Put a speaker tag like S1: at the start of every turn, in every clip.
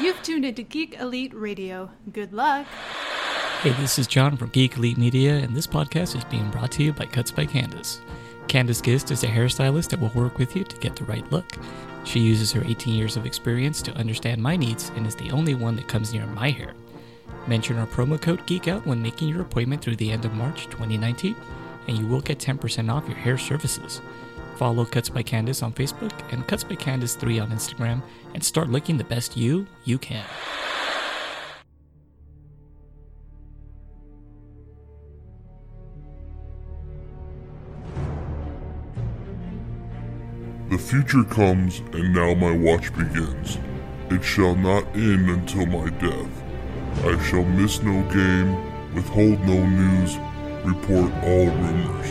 S1: You've tuned into Geek Elite Radio. Good luck.
S2: Hey, this is John from Geek Elite Media, and this podcast is being brought to you by Cuts by Candace. Candace Gist is a hairstylist that will work with you to get the right look. She uses her 18 years of experience to understand my needs and is the only one that comes near my hair. Mention our promo code GEEKOUT when making your appointment through the end of March 2019, and you will get 10% off your hair services. Follow Cuts by Candace on Facebook and Cuts by Candace 3 on Instagram and start looking the best you you can.
S3: The future comes, and now my watch begins. It shall not end until my death. I shall miss no game, withhold no news, report all rumors.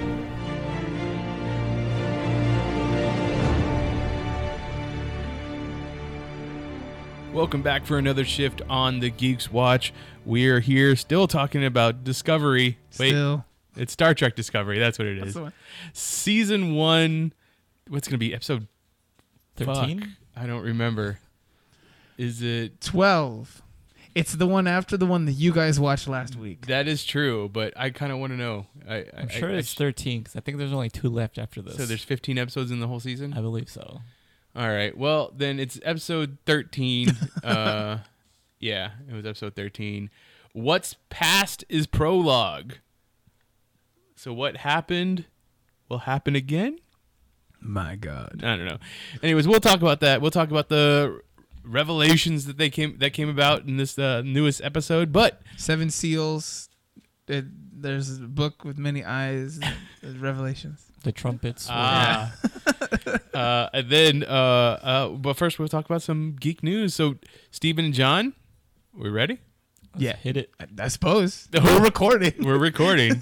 S4: Welcome back for another shift on the Geeks Watch. We are here still talking about Discovery.
S5: Still.
S4: it's Star Trek Discovery. That's what it is.
S5: the one.
S4: Season one. What's going to be episode
S2: 13?
S4: fuck, I don't remember. Is it
S5: 12. It's the one after the one that you guys watched last week.
S4: that is true? But I kind of want to know. I,
S2: I'm sure it's 13 because I think there's only two left after this.
S4: so there's 15 episodes in the whole season.
S2: I believe so.
S4: All right. Well, then it's episode 13. uh yeah, it was episode 13. What's past is prologue. So what happened will happen again?
S5: My God.
S4: I don't know. Anyways, we'll talk about that. We'll talk about the revelations that they came that came about in this uh, newest episode, but
S5: Seven Seals. It, there's a book with many eyes. There's Revelations.
S2: The trumpets. were-
S4: Ah. uh, and then, uh, uh, but first we'll talk about some geek news. So, Stephen and John, we ready?
S5: Yeah.
S2: Hit it.
S5: I, I suppose.
S4: We're
S5: recording.
S4: We're recording.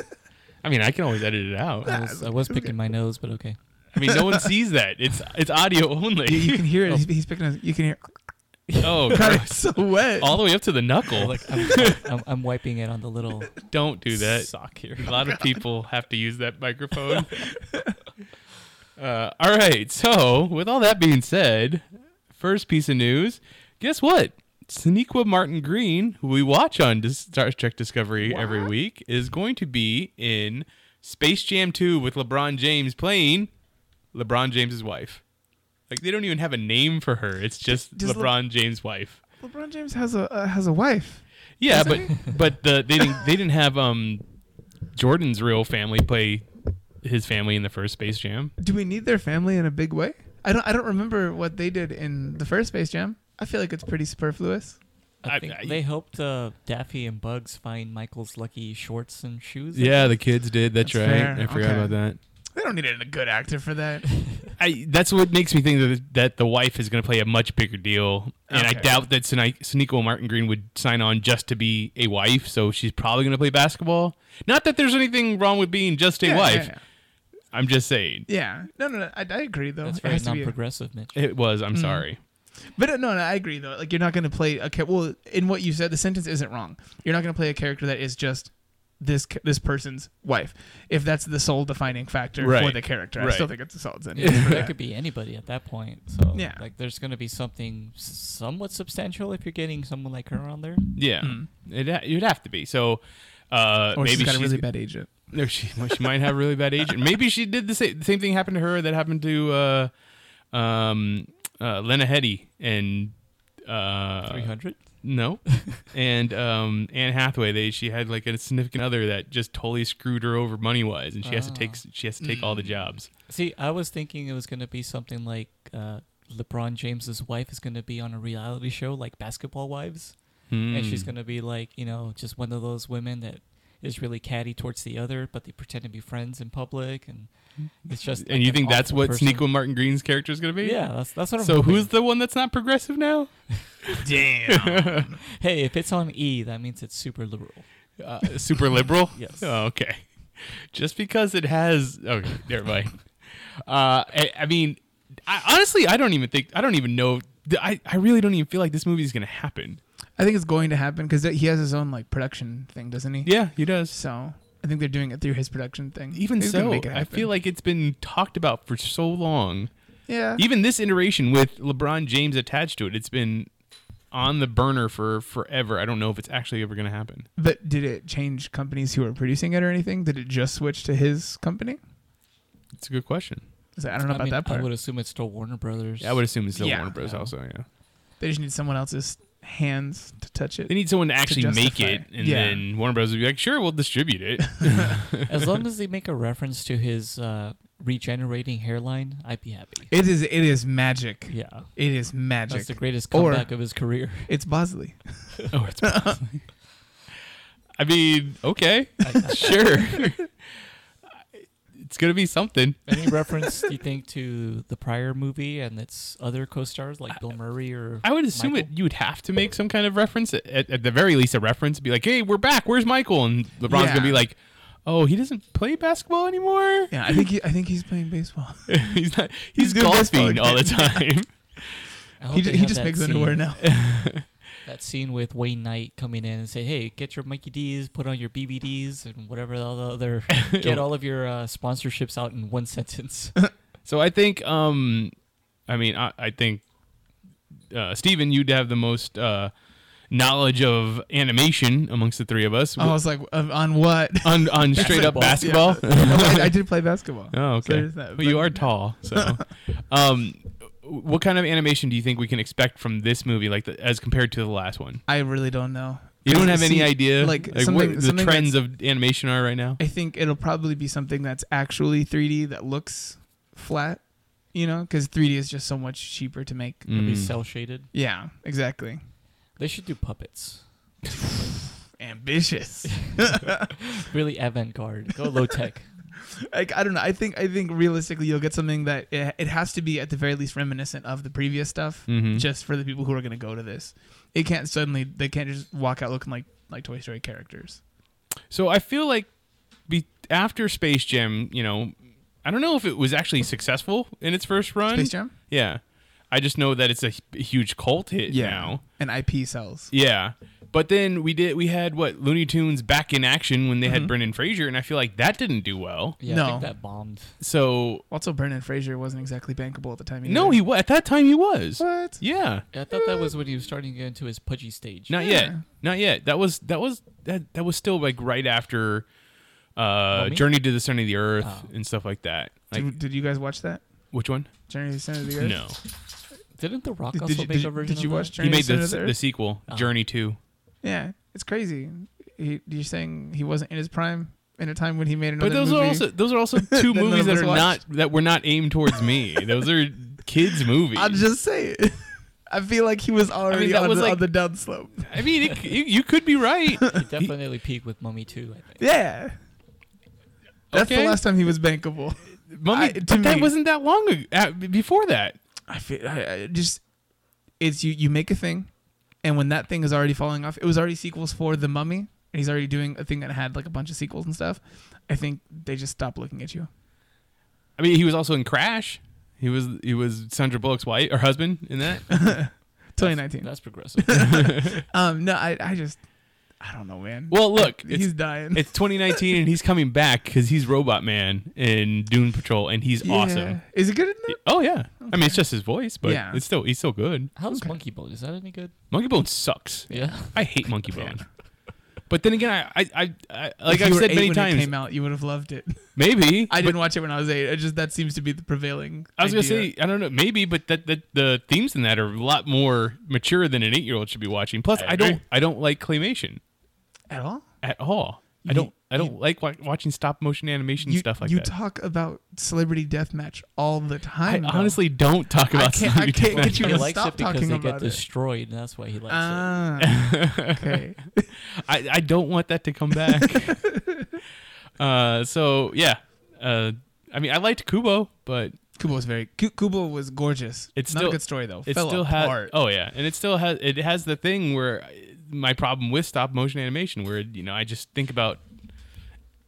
S4: I mean, I can always edit it out.
S2: I was, I was picking my nose, but okay.
S4: I mean, no one sees that. It's it's audio
S5: You,
S4: only.
S5: you can hear it. He's, he's picking. Up, you can hear.
S4: Oh,
S5: God,
S4: gross.
S5: it's Oh. so wet.
S4: all the way up to the knuckle. Like,
S2: I'm, I'm, I'm wiping it on the little
S4: don't do that.
S2: sock here.
S4: A
S5: Oh,
S4: lot of people have to use that microphone. uh, all right. So, with all that being said, first piece of news guess what? Sonequa Martin Green, who we watch on Dis- Star Trek Discovery every week, is going to be in Space Jam 2 with LeBron James playing LeBron James's wife. Like, they don't even have a name for her. It's just
S5: Does Le-
S4: LeBron James' wife.
S5: LeBron James has a uh, has a wife.
S4: Yeah, but but the, they didn't they didn't have um Jordan's real family play his family in the first Space Jam.
S5: Do we need their family in a big way? I don't. I don't remember what they did in the first Space Jam. I feel like it's pretty superfluous.
S2: I
S4: I-
S2: think
S4: I-
S2: they helped uh, Daffy and Bugs find Michael's lucky shorts and shoes.
S4: Yeah, the kids did. That's,
S5: That's
S4: right.
S5: fair.
S4: I forgot
S5: Okay.
S4: about that.
S5: They don't need a good actor for that.
S4: I that's what makes me think that that the wife is going to play a much bigger deal, and I
S5: Okay.
S4: doubt that Sonequa Martin Green would sign on just to be a wife. So she's probably going to play basketball. Not that there's anything wrong with being just a
S5: Yeah,
S4: wife.
S5: yeah,
S4: I'm just saying
S5: Yeah. No, no, no. I, I agree though.
S2: That's
S5: It
S2: very
S5: has to be a-
S2: non-progressive, Mitch.
S4: it was.
S5: Mm.
S4: I'm sorry.
S5: But uh, no, no, I agree though. Like you're not gonna play. Okay, well, in what you said, the sentence isn't wrong. You're not gonna play a character that is just this ca- this person's wife. If that's the sole defining factor for
S4: Right.
S5: the character, I
S4: Right.
S5: still think it's a solid sentence.
S2: Yeah,
S5: for
S2: that
S5: that.
S2: could be anybody at that point. So
S5: Yeah.
S2: like, there's gonna be something s- somewhat substantial if you're getting someone like her on there.
S4: Yeah, it ha- you'd have to be. So uh,
S5: Mm. Or
S4: maybe
S5: she's got a
S4: she's-
S5: really bad agent.
S4: No, she well, she might have really bad agent. Maybe she did the same, the same thing happened to her that happened to uh, um, uh, Lena Headey and
S2: Three
S4: uh,
S2: hundred.
S4: no, and um, Anne Hathaway. They she had like a significant other that just totally screwed her over money wise, and she has to take
S2: Ah.
S4: she has to take
S2: Mm.
S4: all the jobs.
S2: See, I was thinking it was gonna be something like uh, LeBron James's wife is gonna be on a reality show like Basketball Wives, and
S4: Hmm.
S5: Mm.
S2: she's gonna be like, you know, just one of those women that is really catty towards the other, but they pretend to be friends in public, and it's just.
S4: And
S2: like
S4: you
S2: an
S4: think that's
S2: awful
S4: what
S2: person.
S4: Sneakle Martin Green's character is going to be?
S2: Yeah, that's that's what I'm.
S4: So
S2: hoping.
S4: who's the one that's not progressive now?
S5: Damn.
S2: Hey, if it's on E, that means it's super liberal.
S4: Uh, super liberal?
S2: Yes.
S4: Oh, okay. Just because it has. Okay, never mind. Uh, I, I mean, I, honestly, I don't even think. I don't even know. I, I really don't even feel like this movie is going to happen.
S5: I think it's going to happen because he has his own like production thing, doesn't he?
S4: Yeah, he does.
S5: So I think they're doing it through his production thing.
S4: Even
S5: He's gonna
S4: so,
S5: make it
S4: I
S5: happen.
S4: feel like it's been talked about for so long.
S5: yeah.
S4: Even this iteration with LeBron James attached to it, it's been on the burner for forever. I don't know if it's actually ever going to happen.
S5: But did it change companies who were producing it or anything? Did it just switch to his company?
S4: It's a good question.
S5: Is that- I don't know
S2: I
S5: about
S2: mean,
S5: that
S2: I
S5: part.
S2: would assume it's still Warner Brothers.
S4: I would assume it's still
S5: Yeah.
S4: Warner Bros.
S2: Yeah.
S4: Also, yeah.
S5: They just need someone else's hands to touch
S4: They
S5: it.
S4: need someone to actually make
S5: justify.
S4: it, and
S5: Yeah.
S4: then Warner Bros. would be like, "Sure, we'll distribute it."
S2: As long as they make a reference to his uh, regenerating hairline, I'd be happy.
S5: It is. It is magic.
S2: Yeah.
S5: It is magic.
S2: That's the greatest
S5: Or-
S2: comeback of his career.
S5: it's Bosley.
S4: oh, it's. I mean, okay, sure. it's gonna be something.
S2: Any reference, do you think, to the prior movie and its other co stars like Bill Murray or.
S4: I would assume
S2: Michael?
S4: it. You would have to make some kind of reference at, at the very least, a reference. Be like, "Hey, we're back. Where's Michael?" And LeBron's
S5: Yeah.
S4: gonna be like, "Oh, he doesn't play basketball anymore.
S5: Yeah, I think. He, I think he's playing baseball.
S4: he's not. He's,
S5: He's doing
S4: golfing
S5: baseball
S4: all the time."
S2: I hope
S5: he
S2: they
S5: ju- he
S2: have
S5: just
S2: that
S5: makes
S2: scene-
S5: underwear now.
S2: That scene with Wayne Knight coming in and say, "Hey, get your Mikey D's, put on your BBDs, and whatever all the other, get all of your uh, sponsorships out in one sentence."
S4: So I think, um, I mean, I, I think, uh, Steven, you'd have the most uh, knowledge of animation amongst the three of us
S5: I was like, uh, on what?
S4: on, on straight up basketball.
S5: I, I did play basketball.
S4: Oh,
S5: So
S4: okay.
S5: there's that,
S4: well, you
S5: but-
S4: are tall, so. um, what kind of animation do you think we can expect from this movie, like the, as compared to the last one?
S5: I really don't know.
S4: You don't have
S5: See,
S4: any idea,
S5: Like,
S4: what
S5: something-
S4: the
S5: something
S4: trends of animation are right now.
S5: I think it'll probably be something that's actually 3D that looks flat, you know, because 3D is just so much cheaper to make.
S2: It'll be
S4: Mm.
S2: cell shaded.
S5: Yeah, exactly.
S2: They should do puppets.
S5: Ambitious.
S2: Really avant garde. Go low tech.
S5: like I don't know. I think I think realistically you'll get something that it, it has to be at the very least reminiscent of the previous stuff,
S4: Mhm.
S5: just for the people who are going to go to this. It can't suddenly they can't just walk out looking like like Toy Story characters.
S4: So I feel like be, after Space Jam, you know, I don't know if it was actually successful in its first run.
S5: Space Jam.
S4: Yeah. I just know that it's a hu- huge cult hit now.
S5: And IP sells.
S4: Yeah. But then we did we had what Looney Tunes back in action when they had Brendan Fraser and I feel like that didn't do well.
S2: Yeah, I
S5: No.
S2: think that bombed.
S4: So
S5: Also, Brendan Fraser wasn't exactly bankable at the time. Either.
S4: no, he wa- at that time he was.
S5: What?
S4: Yeah.
S2: I thought that was when he was starting to get into his pudgy stage.
S4: Not yet. Not yet. That was that was that that was still like right after uh
S2: Mummy?
S4: Journey to the Center of the Earth and stuff like that. Like
S5: did, did you guys watch that?
S4: which one?
S5: Journey to the Center of the Earth.
S4: No.
S2: Didn't The Rock
S5: Did,
S2: also
S5: did you,
S2: make
S5: did,
S2: a
S5: you-
S2: version
S5: did you
S2: of
S5: watch
S2: that?
S5: Journey
S4: he
S5: to
S4: made
S5: the
S4: the,
S5: Center of
S4: s-
S5: the
S4: the
S5: Earth? Ah.
S4: sequel, Journey 2.
S5: Yeah, it's crazy. He, you're saying he wasn't in his prime in a time when he made another
S4: But those
S5: movie.
S4: are also those are also two
S5: That none
S4: movies
S5: of
S4: that
S5: us
S4: are not
S5: watched.
S4: that were not aimed towards me. Those are kids movies.
S5: I'm just saying. I feel like he was already
S4: that
S5: on,
S4: was
S5: the,
S4: like-
S5: on the down slope.
S4: I mean, it, you, you could be right.
S2: He definitely peaked with Mummy 2, I think.
S5: Yeah. That's
S4: Okay.
S5: the last time he was bankable.
S4: Mummy,
S5: I-
S4: but
S5: to
S4: that
S5: me-
S4: wasn't that long ago, uh, before that.
S5: I feel I, I just it's you you make a thing and when that thing is already falling off, it was already sequels for The Mummy and he's already doing a thing that had like a bunch of sequels and stuff. I think they just stop looking at you.
S4: I mean, he was also in Crash. He was he was Sandra Bullock's wife or husband in that.
S5: 2019.
S2: That's progressive.
S5: um no, I I just I don't know, man.
S4: Well, look, it's,
S5: he's dying.
S4: it's 2019 and he's coming back because he's Robot Man in Dune Patrol and he's
S5: Yeah.
S4: awesome.
S5: Is it good in that?
S4: Oh yeah, I mean it's just his voice, but
S5: Yeah.
S4: it's still he's still good.
S2: How's
S5: Okay.
S2: Monkey Bone? Is that any good?
S4: Monkey Bone sucks.
S2: Yeah.
S4: I hate Monkey Bone. But then again, I, I, I, I like
S5: If you
S4: I've
S5: were
S4: said
S5: eight
S4: many
S5: when it came
S4: times,
S5: out, you would have loved it.
S4: maybe
S5: I
S4: but
S5: didn't watch it when I was eight. I just that seems to be the prevailing.
S4: I was gonna
S5: idea.
S4: say I don't know, maybe, but that, that the themes in that are a lot more mature than an eight-year-old should be watching. Plus, I, don't, I don't like claymation
S5: at all.
S4: at all. I
S5: You-
S4: don't, I don't
S5: you-
S4: like wa- watching stop-motion animation
S5: you,
S4: stuff like
S5: you
S4: that.
S5: talk about celebrity deathmatch all the
S4: I
S5: time. though.
S4: honestly don't talk about.
S5: can't- I
S4: Celebrity
S5: can't
S4: Deathmatch.
S5: get you
S2: he
S5: to
S2: likes
S5: stop
S2: it Uh, because
S5: talking
S2: they get
S5: about it.
S2: destroyed, and that's why he likes it.
S5: Ah, okay.
S4: I, I don't want that to come back. uh, so yeah, uh, I mean, I liked Kubo, but
S5: Kubo was very Ku- Kubo was gorgeous.
S4: It's
S5: not
S4: still-
S5: a good story though.
S4: It
S5: Fell
S4: still has.
S5: apart.
S4: Oh yeah, and it still has. It has the thing where I- my problem with stop motion animation, where you know I just think about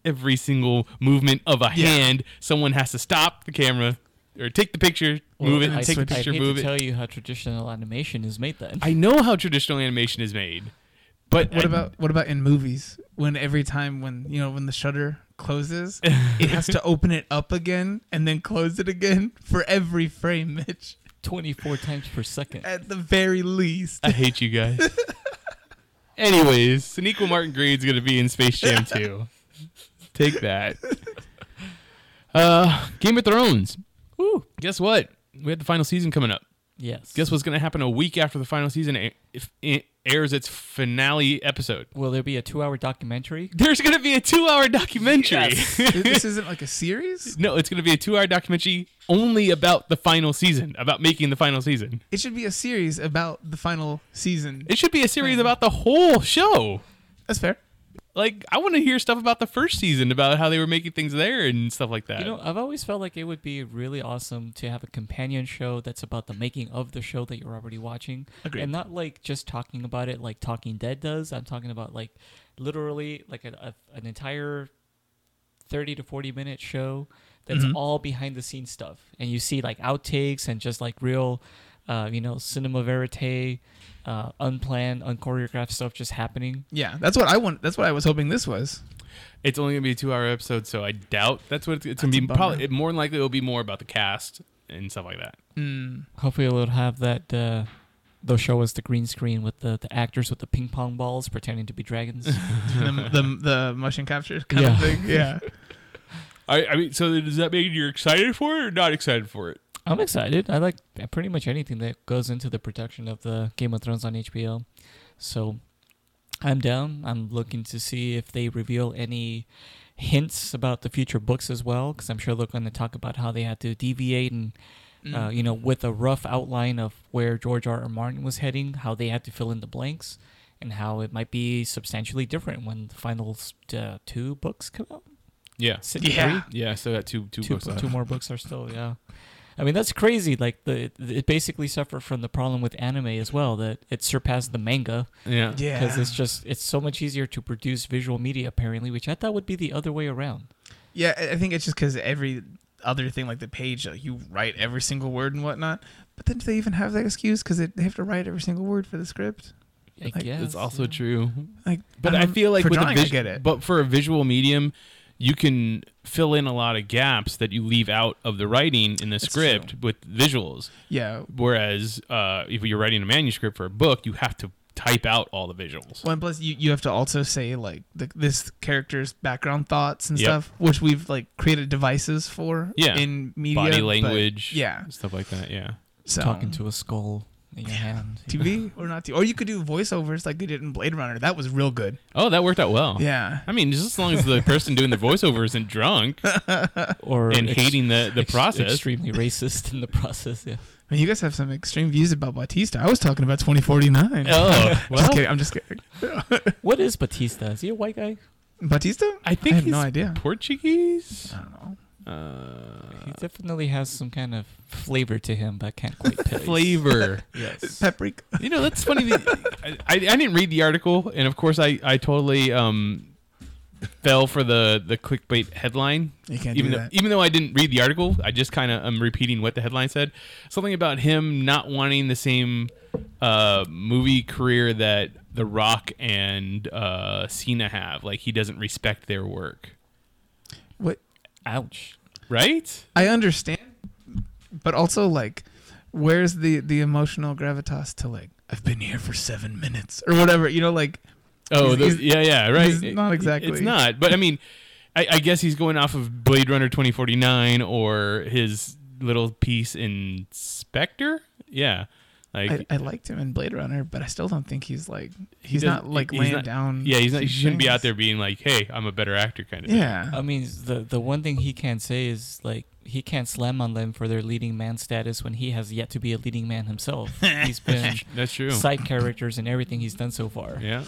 S4: every single movement of a
S5: Yeah.
S4: hand. Someone has to stop the camera or take the picture, move it,
S2: I,
S4: take the
S2: I'd
S4: picture,
S2: hate
S4: move
S2: to
S4: it.
S2: tell you how traditional animation is made then.
S4: I know how traditional animation is made, but I-
S5: What about what about in movies when every time when you know when the shutter closes, it has to open it up again and then close it again for every frame, Mitch.
S2: 24 times per second.
S5: At the very least.
S4: I hate you guys. Anyways, Sonequa Martin Green's gonna be in Space Jam 2. Take that. Uh, Game of Thrones.
S2: Woo.
S4: Guess what? We have the final season coming up.
S2: Yes.
S4: Guess what's gonna happen a week after the final season a- if it airs its finale episode?
S2: Will there be a two hour documentary?
S4: There's gonna be a two-hour documentary.
S5: Th- this isn't like a series.
S4: no, it's gonna be a two-hour documentary only about the final season, about making the final season.
S5: It should be a series about the final season.
S4: It should be a series about the whole show.
S5: That's fair.
S4: like I want to hear stuff about the first season about how they were making things there and stuff like that.
S2: You know, I've always felt like it would be really awesome to have a companion show that's about the making of the show that you're already watching.
S5: Agreed.
S2: And not like just talking about it like Talking Dead does. I'm talking about like literally like a, a, an entire 30 to 40 minute show that's all behind the scenes stuff. And you see like outtakes and just like real, uh, you know, cinema verite, uh, unplanned, unchoreographed stuff just happening.
S5: Yeah, that's what I want. That's what I was hoping this was.
S4: it's only gonna be a two-hour episode, so I doubt that's what it's, it's
S5: That's
S4: gonna
S5: a
S4: be.
S5: bummer.
S4: Probably it, more than likely it'll be more about the cast and stuff like that.
S5: Mm.
S2: Hopefully, it'll have that. Uh, they'll show us the green screen with the, the actors with the ping pong balls pretending to be dragons.
S5: the, the the motion capture kind
S2: Yeah.
S5: of thing. Yeah.
S4: I, I mean, so does that mean you're excited for it or not excited for it?
S2: I'm excited. I like pretty much anything that goes into the production of the Game of Thrones on HBO. So I'm down. I'm looking to see if they reveal any hints about the future books as well, because I'm sure they're going to talk about how they had to deviate and, uh,
S5: Mm.
S2: you know, with a rough outline of where George R. R. Martin was heading, how they had to fill in the blanks, and how it might be substantially different when the final s- uh, two books come out.
S4: Yeah,
S2: Is it three?
S5: Yeah.
S4: yeah. So that two two
S2: two,
S4: books. uh. left.
S2: two more books are still yeah i mean that's crazy like the it basically suffered from the problem with anime as well that it surpassed the manga
S4: Yeah.
S5: Yeah.
S2: because it's just it's so much easier to produce visual media apparently which i thought would be the other way around
S5: Yeah, I I think it's just because every other thing, like the page, like you write every single word and whatnot. But then do they even have that excuse? Because they have to write every single word for the script.
S2: i
S5: Like,
S2: guess
S4: That's also
S2: yeah.
S4: true.
S5: Like,
S4: But I,
S5: don't-
S4: feel like
S5: for
S4: with
S5: drawing,
S4: a
S5: I
S4: vis-
S5: get it.
S4: but for a visual medium, you can fill in a lot of gaps that you leave out of the writing in the script with visuals.
S5: yeah.
S4: Whereas uh, if you're writing a manuscript for a book, you have to type out all the visuals.
S5: Well, and plus you, you have to also say like the, this character's background thoughts and
S4: Yep.
S5: stuff, which we've like created devices for.
S4: Yeah.
S5: In media,
S4: Body
S5: but-
S4: language,
S5: yeah.
S4: stuff like that. Yeah,
S5: So
S4: um,
S2: talking to a skull in your hand
S5: TV or not TV, or you could do voiceovers like they did in Blade Runner. That was real good.
S4: oh, that worked out well.
S5: Yeah.
S4: I mean, just as long as the person doing the voiceover isn't drunk
S2: or
S4: and
S2: ex-
S4: hating the, the
S2: ex-
S4: process.
S2: extremely racist in the process yeah
S5: I mean, you guys have some extreme views about Batista. I was talking about 2049.
S4: Oh, well,
S5: Just kidding. I'm just kidding.
S2: what is batista is he a white guy
S5: Batista?
S4: I think
S5: I have
S4: he's
S5: no idea.
S4: Portuguese.
S5: I don't know.
S2: he
S4: Uh,
S2: definitely has some kind of flavor to him but i can't quite place
S4: flavor.
S2: yes
S5: Paprika.
S4: You know, that's funny. that- I, I, I didn't read the article, and of course, I, I totally um, fell for the, the clickbait headline.
S5: You can't
S4: even
S5: do
S4: though,
S5: that.
S4: even though I didn't read the article, I just kind of am repeating what the headline said. Something about him not wanting the same uh, movie career that The Rock and uh, Cena have. Like he doesn't respect their work,
S5: What
S2: ouch
S4: right?
S5: I understand, but also like, where's the the emotional gravitas to like? I've been here for seven minutes or whatever. You know, like
S4: Oh,
S5: He's-
S4: those-
S5: he's-
S4: yeah, yeah, right.
S5: he's not
S4: It-
S5: exactly-
S4: It's not, but I mean, I, I guess he's going off of Blade Runner twenty forty nine or his little piece in Spectre. Yeah, like
S5: I, I liked him in Blade Runner, but I still don't think he's like
S4: he
S5: he's not
S4: doesn't-
S5: like
S4: he's
S5: laying
S4: not-
S5: down.
S4: Yeah, he's not. He
S5: these
S4: shouldn't be out Uh, there
S5: things.
S4: being like, "Hey, I'm a better actor," kind of. thing.
S5: um, Yeah,
S2: I mean, the the one thing he can say is like he can't slam on them for their leading man status when he has yet to be a leading man himself. He's been
S4: That's true.
S2: side characters in everything he's done so far.
S4: yeah,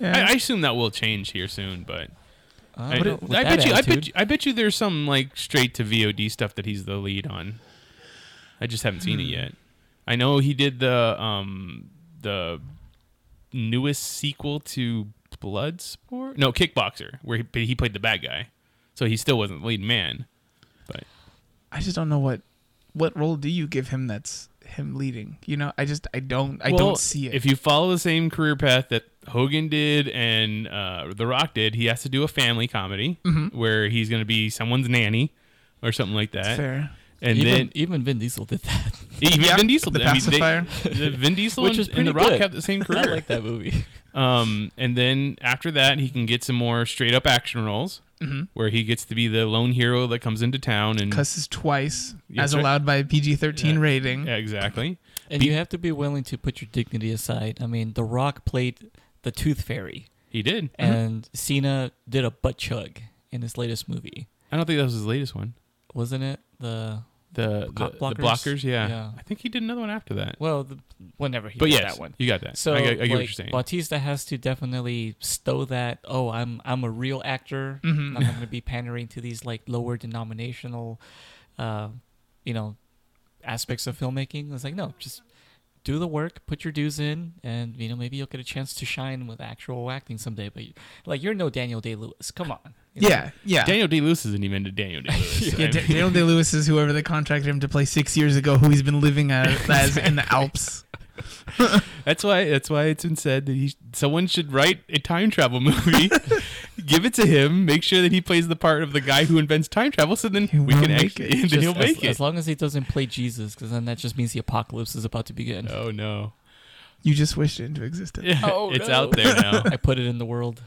S5: yeah.
S4: I, I assume that will change here soon, but
S2: I,
S4: I,
S2: don't know, with
S4: I
S2: that
S4: bet you, I
S2: attitude,
S4: bet you, I bet you, there's some like straight to VOD stuff that he's the lead on. I just haven't
S2: Hmm.
S4: seen it yet. I know he did the um the newest sequel to Bloodsport, no Kickboxer, where he, but he played the bad guy, so he still wasn't the lead man. But
S5: I just don't know what what role do you give him that's him leading. You know, I just I don't I
S4: Well,
S5: don't see it.
S4: If you follow the same career path that Hogan did and uh, The Rock did, he has to do a family comedy
S5: Mm-hmm.
S4: where he's going to be someone's nanny or something like that.
S5: fair.
S4: And
S2: even,
S4: then
S2: even Vin Diesel did that.
S4: even Vin Diesel,
S5: the
S4: did. I mean, they-
S5: pacifier.
S4: the Vin Diesel
S2: Which
S4: and,
S2: is
S4: and
S2: pretty
S4: The Rock
S2: good.
S4: have the same
S2: I
S4: career.
S2: like that movie.
S4: Um, and then after that, he can get some more straight up action roles
S2: Mm-hmm.
S4: where he gets to be the lone hero that comes into town and
S5: Cusses twice
S4: Yes,
S5: as
S4: sir.
S5: allowed by PG thirteen
S4: Yeah.
S5: rating.
S4: Yeah, exactly.
S2: And you have to be willing to put your dignity aside. I mean, The Rock played the Tooth Fairy,
S4: He did. Uh-huh.
S2: and Cena did a butt chug in his latest movie,
S4: I don't think that was his latest one.
S2: wasn't it? The
S4: The the
S2: Cock
S4: the blockers,
S2: blockers?
S4: yeah.
S2: Yeah.
S4: I think he did another one after that.
S2: well, the, whenever he
S4: but
S2: did
S4: yes,
S2: that one.
S4: you got that.
S2: So
S4: I, I, I get what
S2: like,
S4: you're saying.
S2: Bautista has to definitely stow that. Oh, I'm I'm a real actor.
S5: Mhm.
S4: Mm-hmm.
S2: I'm not going to be pandering to these like lower denominational, uh, you know, aspects of filmmaking. It's like no, just do the work, put your dues in, and you know maybe you'll get a chance to shine with actual acting someday. But you- like you're no Daniel Day Lewis. Come on. You know?
S5: Yeah, yeah.
S4: Daniel Day Lewis isn't even a Daniel Day Lewis.
S5: yeah, Da- Daniel Day Lewis is whoever they contracted him to play six years ago, who he's been living as, as in the Alps.
S4: that's why. That's why it's been said that he, someone should write a time travel movie, give it to him, make sure that he plays the part of the guy who invents time travel, so then
S5: He
S4: we
S5: will
S4: can
S5: make
S4: actually,
S5: it.
S4: then
S2: Just
S4: he'll
S2: as,
S4: make it.
S2: as long as he doesn't play Jesus, because then that just means the apocalypse is about to begin.
S4: oh no,
S5: You just wished it into existence.
S2: Oh,
S4: it's
S2: no.
S4: out there now.
S2: I put it in the world.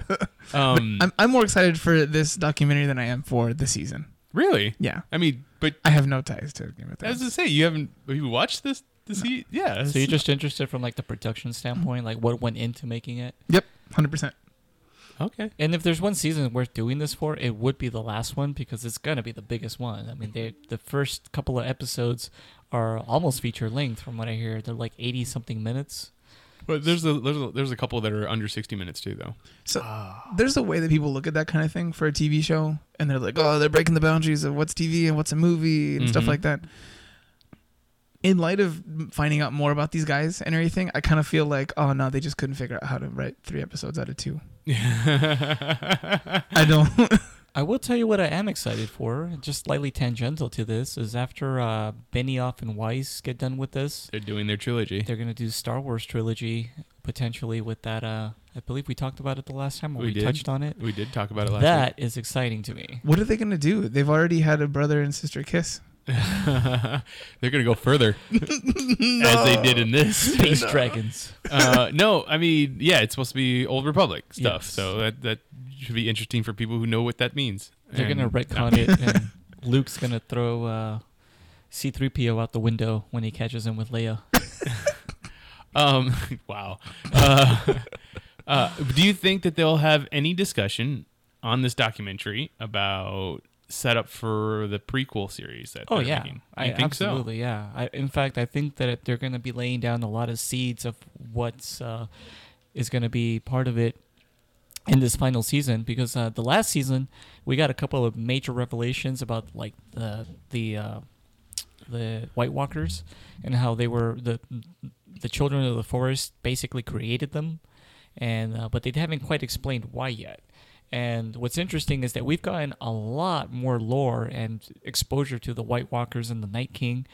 S4: Um,
S5: I'm, I'm more excited for this documentary than I am for the season.
S4: really?
S5: Yeah,
S4: I mean, but
S5: I have no ties to
S4: I
S5: Game of
S4: was
S5: Thrones.
S4: gonna say you haven't have you watched this? This se- yeah.
S2: So you're just interested from like the production standpoint, like what went into making it.
S5: Yep, hundred percent.
S4: okay.
S2: And if there's one season worth doing this for, it would be the last one because it's gonna be the biggest one. I mean, they the first couple of episodes are almost feature length from what I hear. They're like eighty something minutes.
S4: But there's a there's a, there's a couple that are under 60 minutes too though.
S5: So there's a way that people look at that kind of thing for a TV show, and they're like, "Oh, they're breaking the boundaries of what's TV and what's a movie and stuff
S4: Mhm.
S5: like that." In light of m- finding out more about these guys and everything, I kind of feel like, "Oh no, they just couldn't figure out how to write three episodes out of two. I don't.
S2: I will tell you what I am excited for, just slightly tangential to this, is after uh, Benioff and Weiss get done with this,
S4: They're doing their trilogy.
S2: they're gonna do Star Wars trilogy potentially with that. Uh, I believe we talked about it the last time or
S4: We
S2: we,
S4: did.
S2: touched on it.
S4: we did talk about it last
S2: That is exciting to me.
S5: what are they gonna do? They've already had a brother and sister kiss.
S4: week. they're gonna go further as they did in this.
S2: Space dragons.
S4: uh, no, I mean, yeah, it's supposed to be Old Republic stuff,
S2: Yes.
S4: so that that should be interesting for people who know what that means.
S2: They're
S4: And-
S2: gonna retcon it, and Luke's gonna throw uh, C-3PO out the window when he catches him with Leia.
S4: Um, wow. Uh, uh, do you think that they'll have any discussion on this documentary about setup for the prequel series? That
S2: Oh
S4: they're
S2: yeah,
S4: making?
S2: I
S4: You think
S2: absolutely yeah. I, in fact, I think that they're gonna be laying down a lot of seeds of what's uh, is gonna be part of it in this final season because uh, the last season we got a couple of major revelations about like the the uh, the White Walkers and how they were the the children of the forest basically created them, and uh, but they haven't quite explained why yet. And what's interesting is that we've gotten a lot more lore and exposure to the White Walkers and the Night King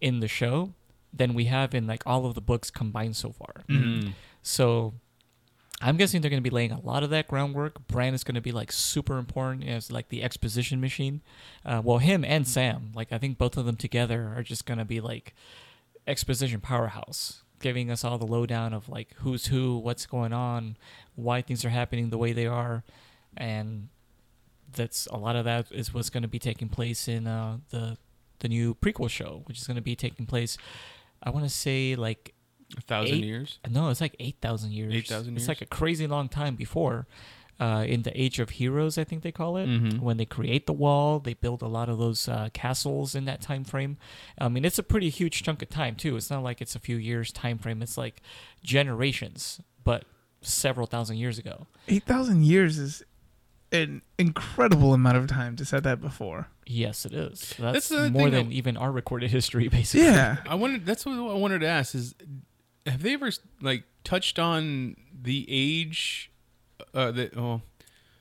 S2: in the show than we have in like all of the books combined so far.
S4: so? Mm.
S2: So I'm guessing they're going to be laying a lot of that groundwork. Bran is going to be like super important as like the exposition machine. Uh, well, him and Sam, like I think both of them together are just going to be like exposition powerhouse, giving us all the lowdown of like who's who, what's going on, why things are happening the way they are, and that's a lot of that is what's going to be taking place in uh, the the new prequel show, which is going to be taking place. I want to say like
S4: A thousand
S2: Eight-
S4: years.
S2: no, it's like 8,000 years.
S4: 8,000
S2: It's like a
S4: years?
S2: crazy long time before. Uh, in the Age of Heroes, I think they call it,
S4: Mhm.
S2: when they create the wall, they build a lot of those uh, castles in that time frame. I mean, it's a pretty huge chunk of time too. It's not like it's a few years time frame. It's like generations, but several thousand years ago.
S5: Eight thousand years is an incredible amount of time to set that before.
S2: Yes, it is. That's,
S4: That's the
S2: more
S4: thing
S2: than
S4: that-
S2: even our recorded history, basically.
S5: Yeah.
S4: I wanted. That's what I wanted to ask is, have they ever like touched on the age, uh, the oh,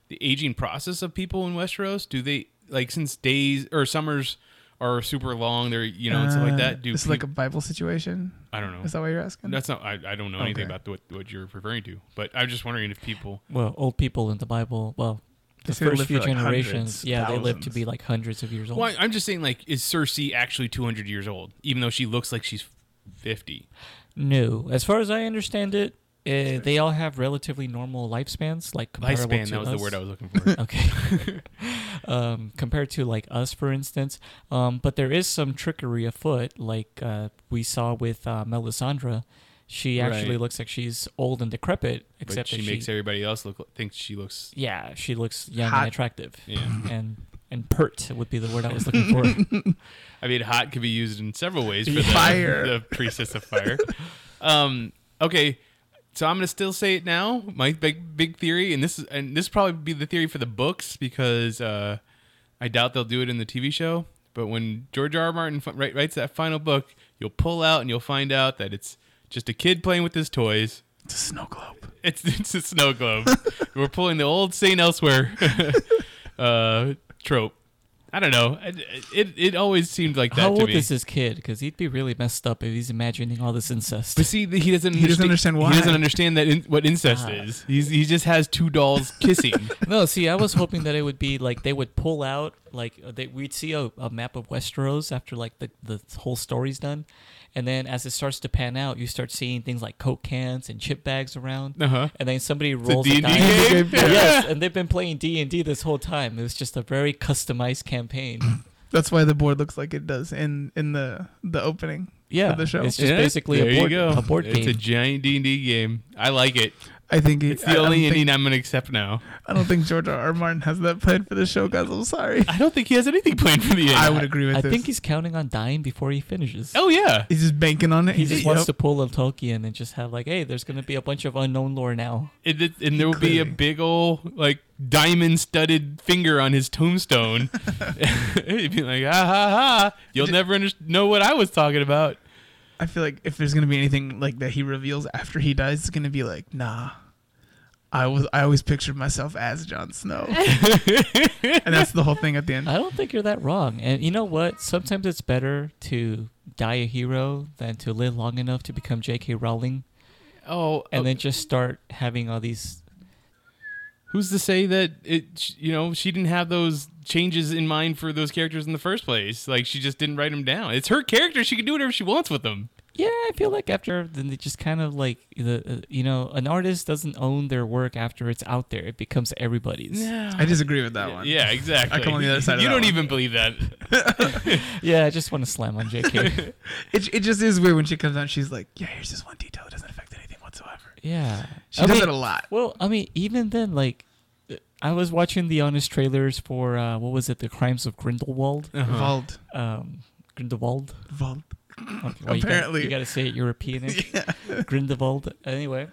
S4: the aging process of people in Westeros? Do they like since days or summers are super long? They're you know and stuff like that. Do
S5: it's
S4: peop-
S5: Uh, like a Bible situation?
S4: I don't know.
S5: Is that what you're asking?
S4: That's not. I, I don't know
S5: Okay.
S4: anything about what what you're referring to. But I'm just wondering if people.
S2: Well, old people in the Bible, well, the
S5: say they
S2: first
S5: live
S2: few
S5: for, like,
S2: generations,
S5: hundreds,
S2: yeah, they live to
S5: thousands.
S2: be like hundreds of years old.
S4: Well, I- I'm just saying, like, is Cersei actually 200 years old, even though she looks like she's 50?
S2: No, as far as I understand it, uh, they all have relatively normal lifespans, like comparable
S4: Lifespan.
S2: to
S4: That was the
S2: us.
S4: word I was looking for.
S2: okay um, compared to like us for instance um, but there is some trickery afoot like uh, we saw with uh, melisandre she actually
S4: Right.
S2: looks like she's old and decrepit
S4: but
S2: except
S4: she
S2: that
S4: makes everybody else look think she looks.
S2: yeah she looks young
S5: Hot.
S2: and attractive
S4: Yeah.
S2: and and pert would be the word i was looking for
S4: I mean, hot could be used in several ways for
S5: Fire.
S4: the, the priestess of fire. um, okay, so I'm gonna still say it now. My big big theory, and this is and this probably be the theory for the books because uh, I doubt they'll do it in the TV show. But when George R. R. Martin fi- write, writes that final book, you'll pull out and you'll find out that it's just a kid playing with his toys.
S5: It's a snow globe.
S4: It's it's a snow globe. We're pulling the old Saint Elsewhere uh, trope. I don't know. It, it it always seemed like that
S2: how
S4: to
S2: old
S4: me.
S2: is this kid because he'd be really messed up if he's imagining all this incest
S4: But see, he doesn't.
S5: He doesn't understand why.
S4: He doesn't understand that in, what incest is. He's, he just has two dolls kissing.
S2: No, see, I was hoping that it would be like they would pull out like uh, they, we'd see a, a map of Westeros after like the the whole story's done, and then as it starts to pan out, you start seeing things like coke cans and chip bags around,
S4: Uh-huh.
S2: and then somebody
S4: It's a
S2: rolls
S4: D
S2: a
S4: and D
S2: die.
S4: game.
S2: yes, and they've been playing D and D this whole time. It was just a very customized campaign.
S5: That's why the board looks like it does in in the the opening.
S2: Yeah,
S5: Of the show.
S2: it's just basically
S4: there
S2: a board,
S4: you go.
S2: a board
S4: it's
S2: game.
S4: a giant D and D game. I like it.
S5: I think
S4: It's the only
S5: I,
S4: ending
S5: don't think,
S4: I'm gonna accept now.
S5: I don't think George R. R. Martin has that planned for the show, guys. I'm sorry.
S4: I don't think he has anything planned for the end.
S5: I would agree with
S2: I
S5: this.
S2: think he's counting on dying before he finishes.
S4: oh yeah.
S5: he's just banking on it.
S2: He just wants to pull a Tolkien and just have like, hey, there's gonna be a bunch of unknown lore now.
S4: And, th- and there will be a
S5: Clearly.
S4: big old like diamond studded finger on his tombstone. He'd be like, "Ah, ha ha ha! You'll never under- know what I was talking about.
S5: I feel like if there's gonna be anything like that he reveals after he dies, it's gonna be like, nah. I was I always pictured myself as Jon Snow, and that's the whole thing at the end.
S2: I don't think you're that wrong. And you know what? Sometimes it's better to die a hero than to live long enough to become J.K. Rowling
S4: Oh,
S2: and
S4: oh,
S2: then just start having all these.
S4: who's to say that it sh- you know she didn't have those changes in mind for those characters in the first place like she just didn't write them down it's her character she can do whatever she wants with them
S2: Yeah, I feel like after then they just kind of like the uh, you know an artist doesn't own their work after it's out there. It becomes everybody's.
S5: I disagree with that one.
S4: yeah exactly
S5: I come on the other side of
S4: you
S5: that
S4: don't
S5: one.
S4: even believe that
S2: Yeah, I just want to slam on J.K.
S5: It, it just is weird when she comes out. She's like, "Yeah, here's this one detail. It doesn't affect anything whatsoever."
S2: yeah,
S5: She
S2: I
S5: does
S2: mean-
S5: it a lot.
S2: Well, I mean, even then, like. I was watching the honest trailers for uh, what was it, the Crimes of Grindelwald?
S4: Uh-huh.
S5: Vault,
S2: Um, Grindelwald.
S5: vault.
S2: Okay, well,
S5: Apparently.
S2: you got to say it Europeanish. Grindelwald. Anyway,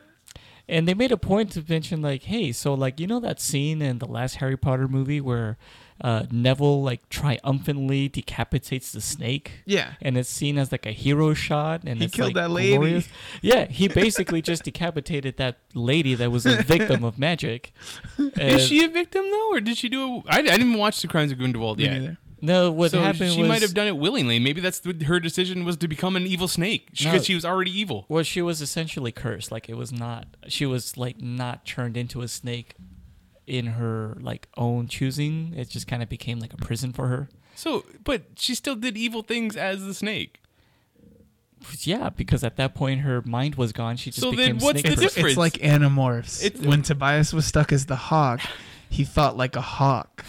S2: and they made a point to mention like, hey, so like you know that scene in the last Harry Potter movie where uh, Neville like triumphantly decapitates the snake.
S5: Yeah.
S2: And it's seen as like a hero shot, and
S5: He
S2: it's
S5: killed
S2: like
S5: that lady.
S2: glorious. Yeah, he basically just decapitated that lady that was a victim of magic. And-
S4: is she a victim though or did she do it I, I didn't watch the crimes of grindelwald
S5: Me
S4: yet
S5: neither.
S2: No, what
S4: so
S2: happened
S4: she
S2: was
S4: might have done it willingly maybe that's what her decision was to become an evil snake because
S2: No.
S4: she was already evil
S2: Well, she was essentially cursed. Like it was not. She was like not turned into a snake in her like own choosing. It just kind of became like a prison for her.
S4: so but she still did evil things as the snake
S2: Yeah, because at that point her mind was gone. She just
S4: So then
S2: became
S4: what's
S2: snake
S4: the
S2: person.
S5: It's,
S4: difference.
S5: it's like animorphs.
S4: It's-
S5: when Tobias was stuck as the hog, he thought like a hawk.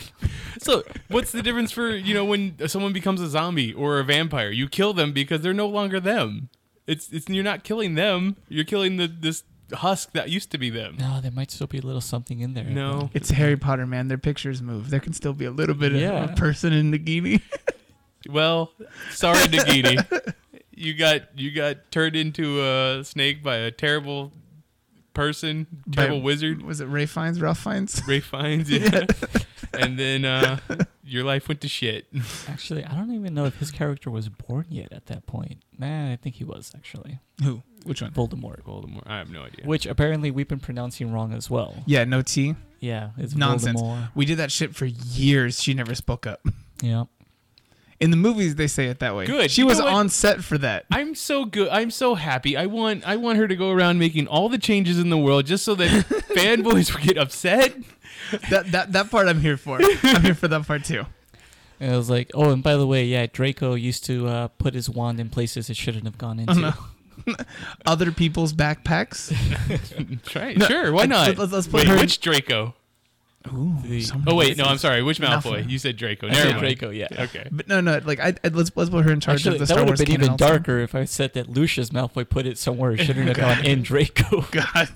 S4: So, what's the difference for you know when someone becomes a zombie or a vampire? You kill them because they're no longer them. It's it's you're not killing them. You're killing the this husk that used to be them.
S2: No, there might still be a little something in there.
S4: No,
S5: It's Harry Potter, man. Their pictures move. There can still be a little bit of
S2: Yeah.
S5: a person in Nagini.
S4: well, sorry, Nagini. You got you got turned into a snake by a terrible person,
S5: By-
S4: terrible wizard,
S5: Was it Ray Fiennes? Ralph Fiennes?
S4: Ray Fiennes. Yeah. and then uh, your life went to shit.
S2: Actually, I don't even know if his character was born yet at that point. Nah, I think he was actually
S5: Who? Which one?
S2: Voldemort,
S4: Voldemort. I have no idea.
S2: which apparently we've been pronouncing wrong as well.
S5: Yeah, no T.
S2: Yeah, it's
S5: Nonsense.
S2: Voldemort.
S5: We did that shit for years. She never spoke up.
S2: Yeah,
S5: In the movies, they say it that way.
S4: Good.
S5: She
S4: You
S5: was
S4: know what?
S5: on set for that.
S4: I'm so good. I'm so happy. I want I want her to go around making all the changes in the world just so that fanboys would get upset.
S5: that, that that part I'm here for. I'm here for that part too.
S2: and I was like, oh, and by the way, yeah, Draco used to uh, put his wand in places it shouldn't have gone into.
S5: Oh, Other people's backpacks.
S4: Try
S5: No,
S4: sure, why
S5: let's-
S4: not?
S5: let's- let's put
S4: wait,
S5: her in-
S4: which Draco?
S5: Ooh,
S2: The-
S5: someone
S4: Oh wait,
S5: else
S4: no, I'm
S5: is-
S4: sorry. Which
S5: Enough.
S4: Malfoy? You said Draco.
S2: I said
S4: Never mind.
S2: Draco, yeah.
S4: Okay.
S5: But no, no, like I, I let's let's put her in charge
S2: Actually,
S5: of the
S2: that
S5: Star
S2: would
S5: Wars
S2: have been even
S5: canon also.
S2: darker if I said that Lucius Malfoy put it somewhere it shouldn't have gone in Draco.
S5: God,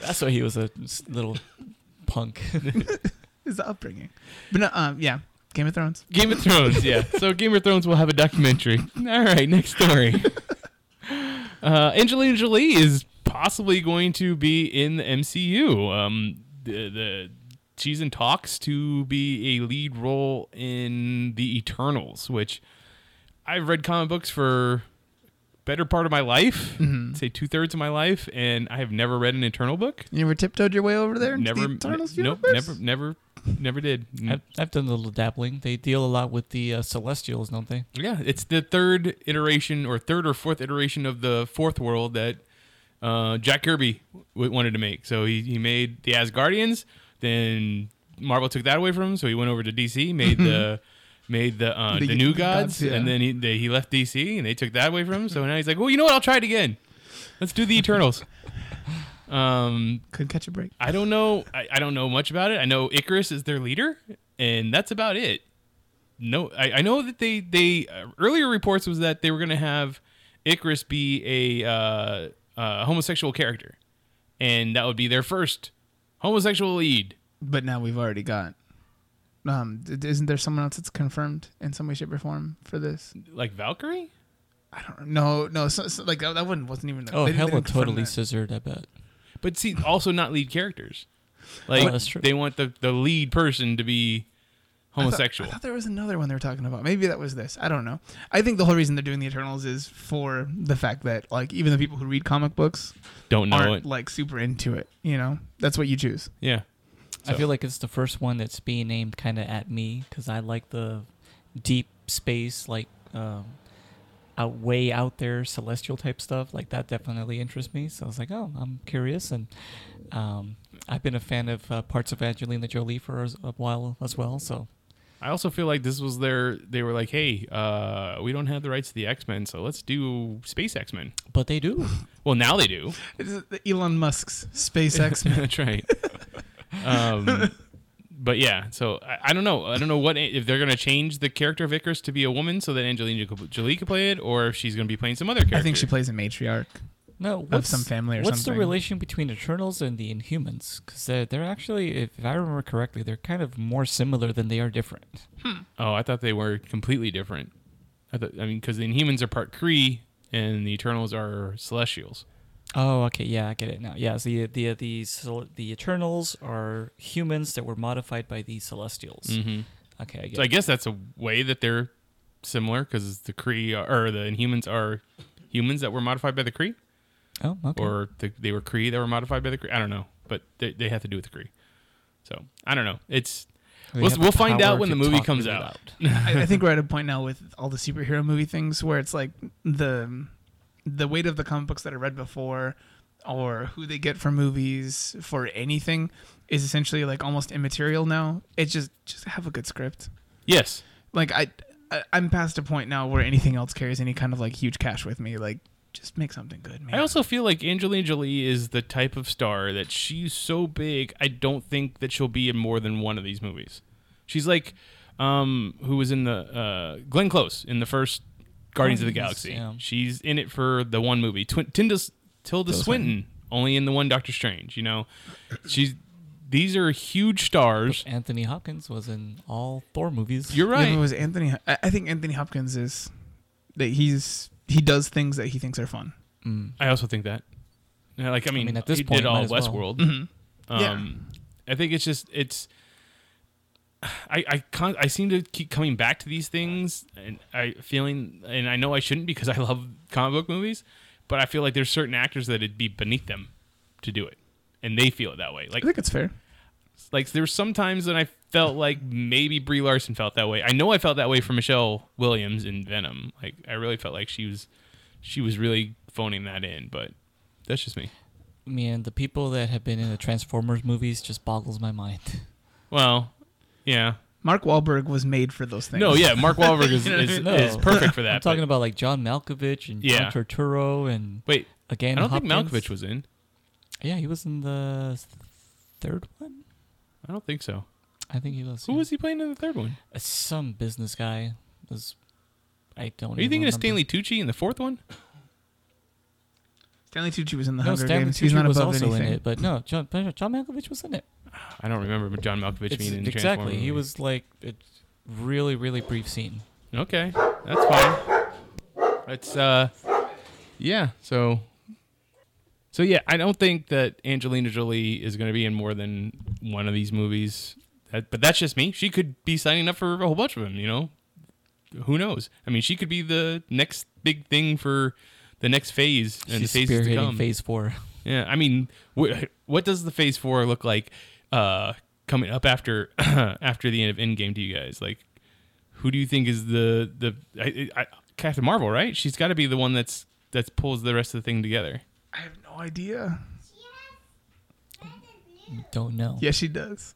S2: That's why he was a s- little punk.
S5: is the upbringing. But no, um, yeah, Game of Thrones.
S4: Game of Thrones, yeah. So Game of Thrones will have a documentary. All right, next story. Uh, Angelina Jolie is possibly going to be in the MCU. Um, the, the she's in talks to be a lead role in the Eternals, which I've read comic books for better part of my life,
S5: Mm-hmm.
S4: say two thirds of my life, and I have never read an Eternal book.
S5: You ever tiptoed your way over there? into
S4: never,
S5: the Eternals
S4: n- nope,
S5: universe?
S4: never, never, never did.
S2: I've, I've done a little dabbling. They deal a lot with the uh, Celestials, don't they?
S4: Yeah, it's the third iteration or third or fourth iteration of the fourth world that uh, Jack Kirby w- wanted to make. So he, he made the Asgardians, then Marvel took that away from him, so he went over to DC, made the made the uh,
S5: Mm-hmm. The
S4: the, new
S5: gods,
S4: gods,
S5: yeah.
S4: and then he they, he left DC and they took that away from him. So now he's like, well, you know what? I'll try it again. Let's do the Eternals. um,
S5: Couldn't catch a break.
S4: I don't know. I, I don't know much about it. I know Icarus is their leader, and that's about it. No, I, I know that they they uh, earlier reports was that they were going to have Icarus be a uh, uh, homosexual character, and that would be their first homosexual lead.
S5: But now we've already got. Um, d- isn't there someone else that's confirmed in some way, shape, or form for this?
S4: Like Valkyrie,
S5: I don't know. No, so, so, like that, that one wasn't
S2: Oh,
S5: even. they didn't- they
S2: Hella
S5: didn't confirm
S2: totally
S5: that.
S2: scissored, I bet.
S4: but see, also not lead characters. Like
S2: that's true.
S4: they want the the lead person to be homosexual.
S5: I thought there was another one they were talking about. Maybe that was this. I don't know. I think the whole reason they're doing the Eternals is for the fact that like even the people who read comic books
S4: don't know
S5: aren't
S4: it.
S5: like super into it. You know, that's what you choose.
S4: Yeah,
S2: I feel like it's the first one that's being named kind of at me because I like the deep space, like um, out way out there, celestial type stuff. Like that definitely interests me. So I was like, oh, I'm curious, and um, I've been a fan of uh, parts of Angelina Jolie for as- a while as well. So
S4: I also feel like this was their they were like, hey, uh, we don't have the rights to the X Men, so let's do Space X Men.
S2: but they do.
S4: Well, now they do.
S5: It's the Elon Musk's SpaceX.
S4: That's right. um, but yeah, so I, I don't know. I don't know what if they're gonna change the character of Icarus to be a woman so that Angelina Jo- Jolie could play it, or if she's gonna be playing some other character.
S5: I think she plays a matriarch.
S2: No, what's
S5: some family or
S2: what's
S5: something.
S2: the relation between Eternals and the Inhumans? Because they're, they're actually, if, if I remember correctly, they're kind of more similar than they are different.
S4: Oh, I thought they were completely different. I, thought, I mean, because the Inhumans are part Kree and the Eternals are Celestials.
S2: Oh, okay, yeah, I get it now. Yeah, so the the uh, the Cel- the Eternals are humans that were modified by the Celestials.
S4: Mm-hmm.
S2: Okay, I get.
S4: So I
S2: it.
S4: guess that's a way that they're similar because the Kree are, or the Inhumans are humans that were modified by the Kree,
S2: Oh, okay.
S4: or the, they were Kree that were modified by the Kree. I don't know, but they, they have to do with the Kree. So I don't know. It's
S2: They
S4: we'll,
S2: have
S4: we'll
S2: the
S4: find
S2: power
S4: out when
S2: to
S4: the movie
S2: talk
S4: comes
S2: really
S4: out.
S2: loud.
S5: I, I think we're at a point now with all the superhero movie things where it's like the the weight of the comic books that I read before or who they get for movies for anything is essentially like almost immaterial now. It's just just have a good script.
S4: Yes,
S5: Like I, I I'm past a point now where anything else carries any kind of like huge cash with me. Like just make something good, man.
S4: I also feel like Angelina Jolie is the type of star that she's so big. I don't think that she'll be in more than one of these movies. She's like, um, who was in the uh, Glenn Close in the first Guardians of the
S2: Guardians,
S4: Galaxy.
S2: yeah.
S4: She's in it for the one movie. Tw- Tilda, Tilda Swinton only in the one Doctor Strange. You know, she's these are huge stars.
S2: Anthony Hopkins was in all Thor movies.
S4: You're
S5: Yeah, but
S4: right.
S5: was Anthony? I, I think Anthony Hopkins is that he's he does things that he thinks are fun.
S4: I also think that. You know, like I mean,
S2: mean, at this
S4: he
S2: point,
S4: did
S2: might
S4: all
S2: as well.
S4: Westworld.
S5: Yeah.
S4: Um, I think it's just it's. I I con- I seem to keep coming back to these things, and I feeling, and I know I shouldn't because I love comic book movies, but I feel like there's certain actors that it'd be beneath them to do it, and they feel it that way. Like
S5: I think it's fair.
S4: like there were some times when I felt like maybe Brie Larson felt that way. I know I felt that way for Michelle Williams in Venom. Like I really felt like she was she was really phoning that in, but that's just me.
S2: I mean, the people that have been in the Transformers movies just boggles my mind.
S4: Well, yeah.
S5: Mark Wahlberg was made for those things.
S4: No, yeah, Mark Wahlberg is,
S5: You know what I
S4: is,
S5: mean?
S2: No.
S4: is perfect for that.
S2: I'm talking
S4: but-
S2: about like John Malkovich and
S4: Yeah.
S2: John Turturro and
S4: Wait,
S2: again.
S4: I don't think
S2: Hopkins.
S4: Malkovich was in.
S2: Yeah, he was in the s- third one.
S4: I don't think so.
S2: I think he was.
S4: Who was he playing in the third one?
S2: Uh, Some business guy. Was I don't.
S4: Are you
S2: even
S4: thinking
S2: remember.
S4: of Stanley Tucci in the fourth one?
S5: Stanley Tucci was in the
S2: No,
S5: Hunger
S2: Stanley
S5: Games.
S2: Tucci
S5: He's not
S2: was
S5: above
S2: also
S5: anything.
S2: in it, but no, John, John Malkovich was in it.
S4: I don't remember John Malkovich
S2: It's-
S4: being in
S2: exactly.
S4: Transformers
S2: He
S4: movie.
S2: was like a really, really brief scene.
S4: Okay, that's fine. It's uh, yeah. So, so yeah, I don't think that Angelina Jolie is going to be in more than one of these movies. That, but that's just me. She could be signing up for a whole bunch of them. You know, who knows? I mean, she could be the next big thing for the next phase and
S2: She's
S4: the phases to
S2: spearheading
S4: come.
S2: phase four.
S4: Yeah, I mean, wh- what does the Phase Four look like uh, coming up after after the end of Endgame to you guys? Like, who do you think is the the I, I, Captain Marvel? Right, she's got to be the one that's that pulls the rest of the thing together.
S5: I have no idea.
S2: Don't know.
S5: Yeah, she does.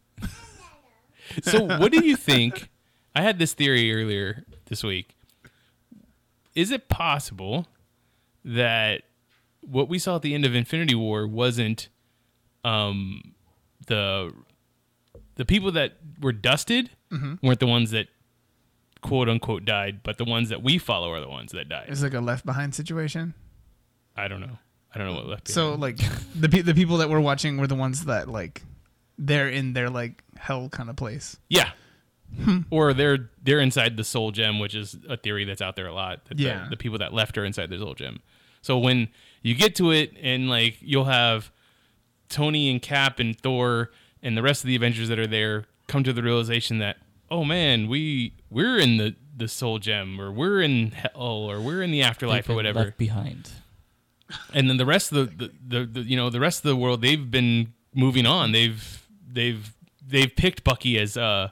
S4: So, what do you think? I had this theory earlier this week. Is it possible that what we saw at the end of Infinity War wasn't um, the the people that were dusted weren't the ones that quote unquote died, but the ones that we follow are the ones that died.
S5: It's like a left behind situation.
S4: I don't know. I don't know what left.
S5: So
S4: behind.
S5: like the pe- the people that we're watching were the ones that like they're in their like hell kind of place.
S4: yeah.
S2: Hmm.
S4: Or they're they're inside the soul gem, which is a theory that's out there a lot. That the-
S5: Yeah.
S4: the, people that left are inside the soul gem. So when you get to it, and like you'll have Tony and Cap and Thor and the rest of the Avengers that are there come to the realization that oh man, we we're in the the soul gem, or we're in hell, or we're in the
S2: They've
S4: afterlife, or
S2: been
S4: whatever
S2: Left behind.
S4: and then the rest of the, the, the, the you know the rest of the world they've been moving on they've they've they've picked bucky as uh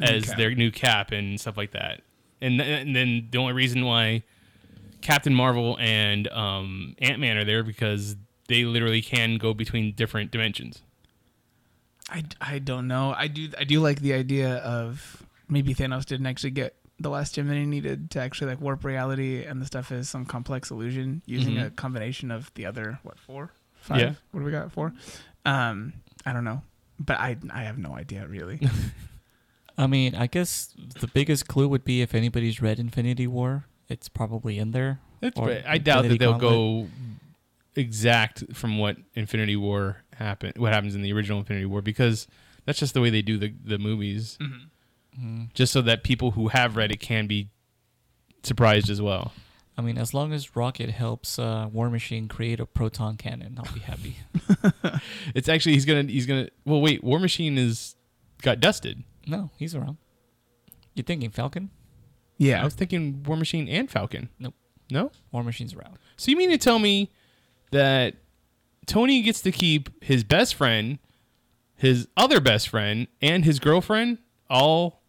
S4: as
S5: cap.
S4: their new cap and stuff like that and, th- and then the only reason why captain marvel and um ant-man are there because they literally can go between different dimensions
S5: I, I don't know. I do I do like the idea of maybe Thanos didn't actually get the last gem that he needed to actually like warp reality, and the stuff is some complex illusion using
S2: Mm-hmm.
S4: Mhm.
S5: a combination of the other what four five
S4: Yeah.
S5: what do we got four? Um, I don't know, but I I have no idea really.
S2: I mean, I guess the biggest clue would be if anybody's read Infinity War. It's probably in there.
S4: That's
S2: Or
S4: right. I doubt that
S2: Infinity
S4: they'll
S2: Gauntlet.
S4: go exact from what Infinity War happened, what happens in the original Infinity War, because that's just the way they do the the movies.
S2: Mm-hmm.
S4: Just so that people who have read it can be surprised as well.
S2: I mean, as long as Rocket helps uh, War Machine create a proton cannon, I'll be happy.
S4: It's actually he's gonna he's gonna well wait War Machine is got dusted.
S2: no, he's around. You're thinking Falcon?
S4: I
S5: yeah,
S4: was thinking War Machine and Falcon.
S2: Nope.
S4: No.
S2: War Machine's around.
S4: So you mean to tell me that Tony gets to keep his best friend, his other best friend, and his girlfriend all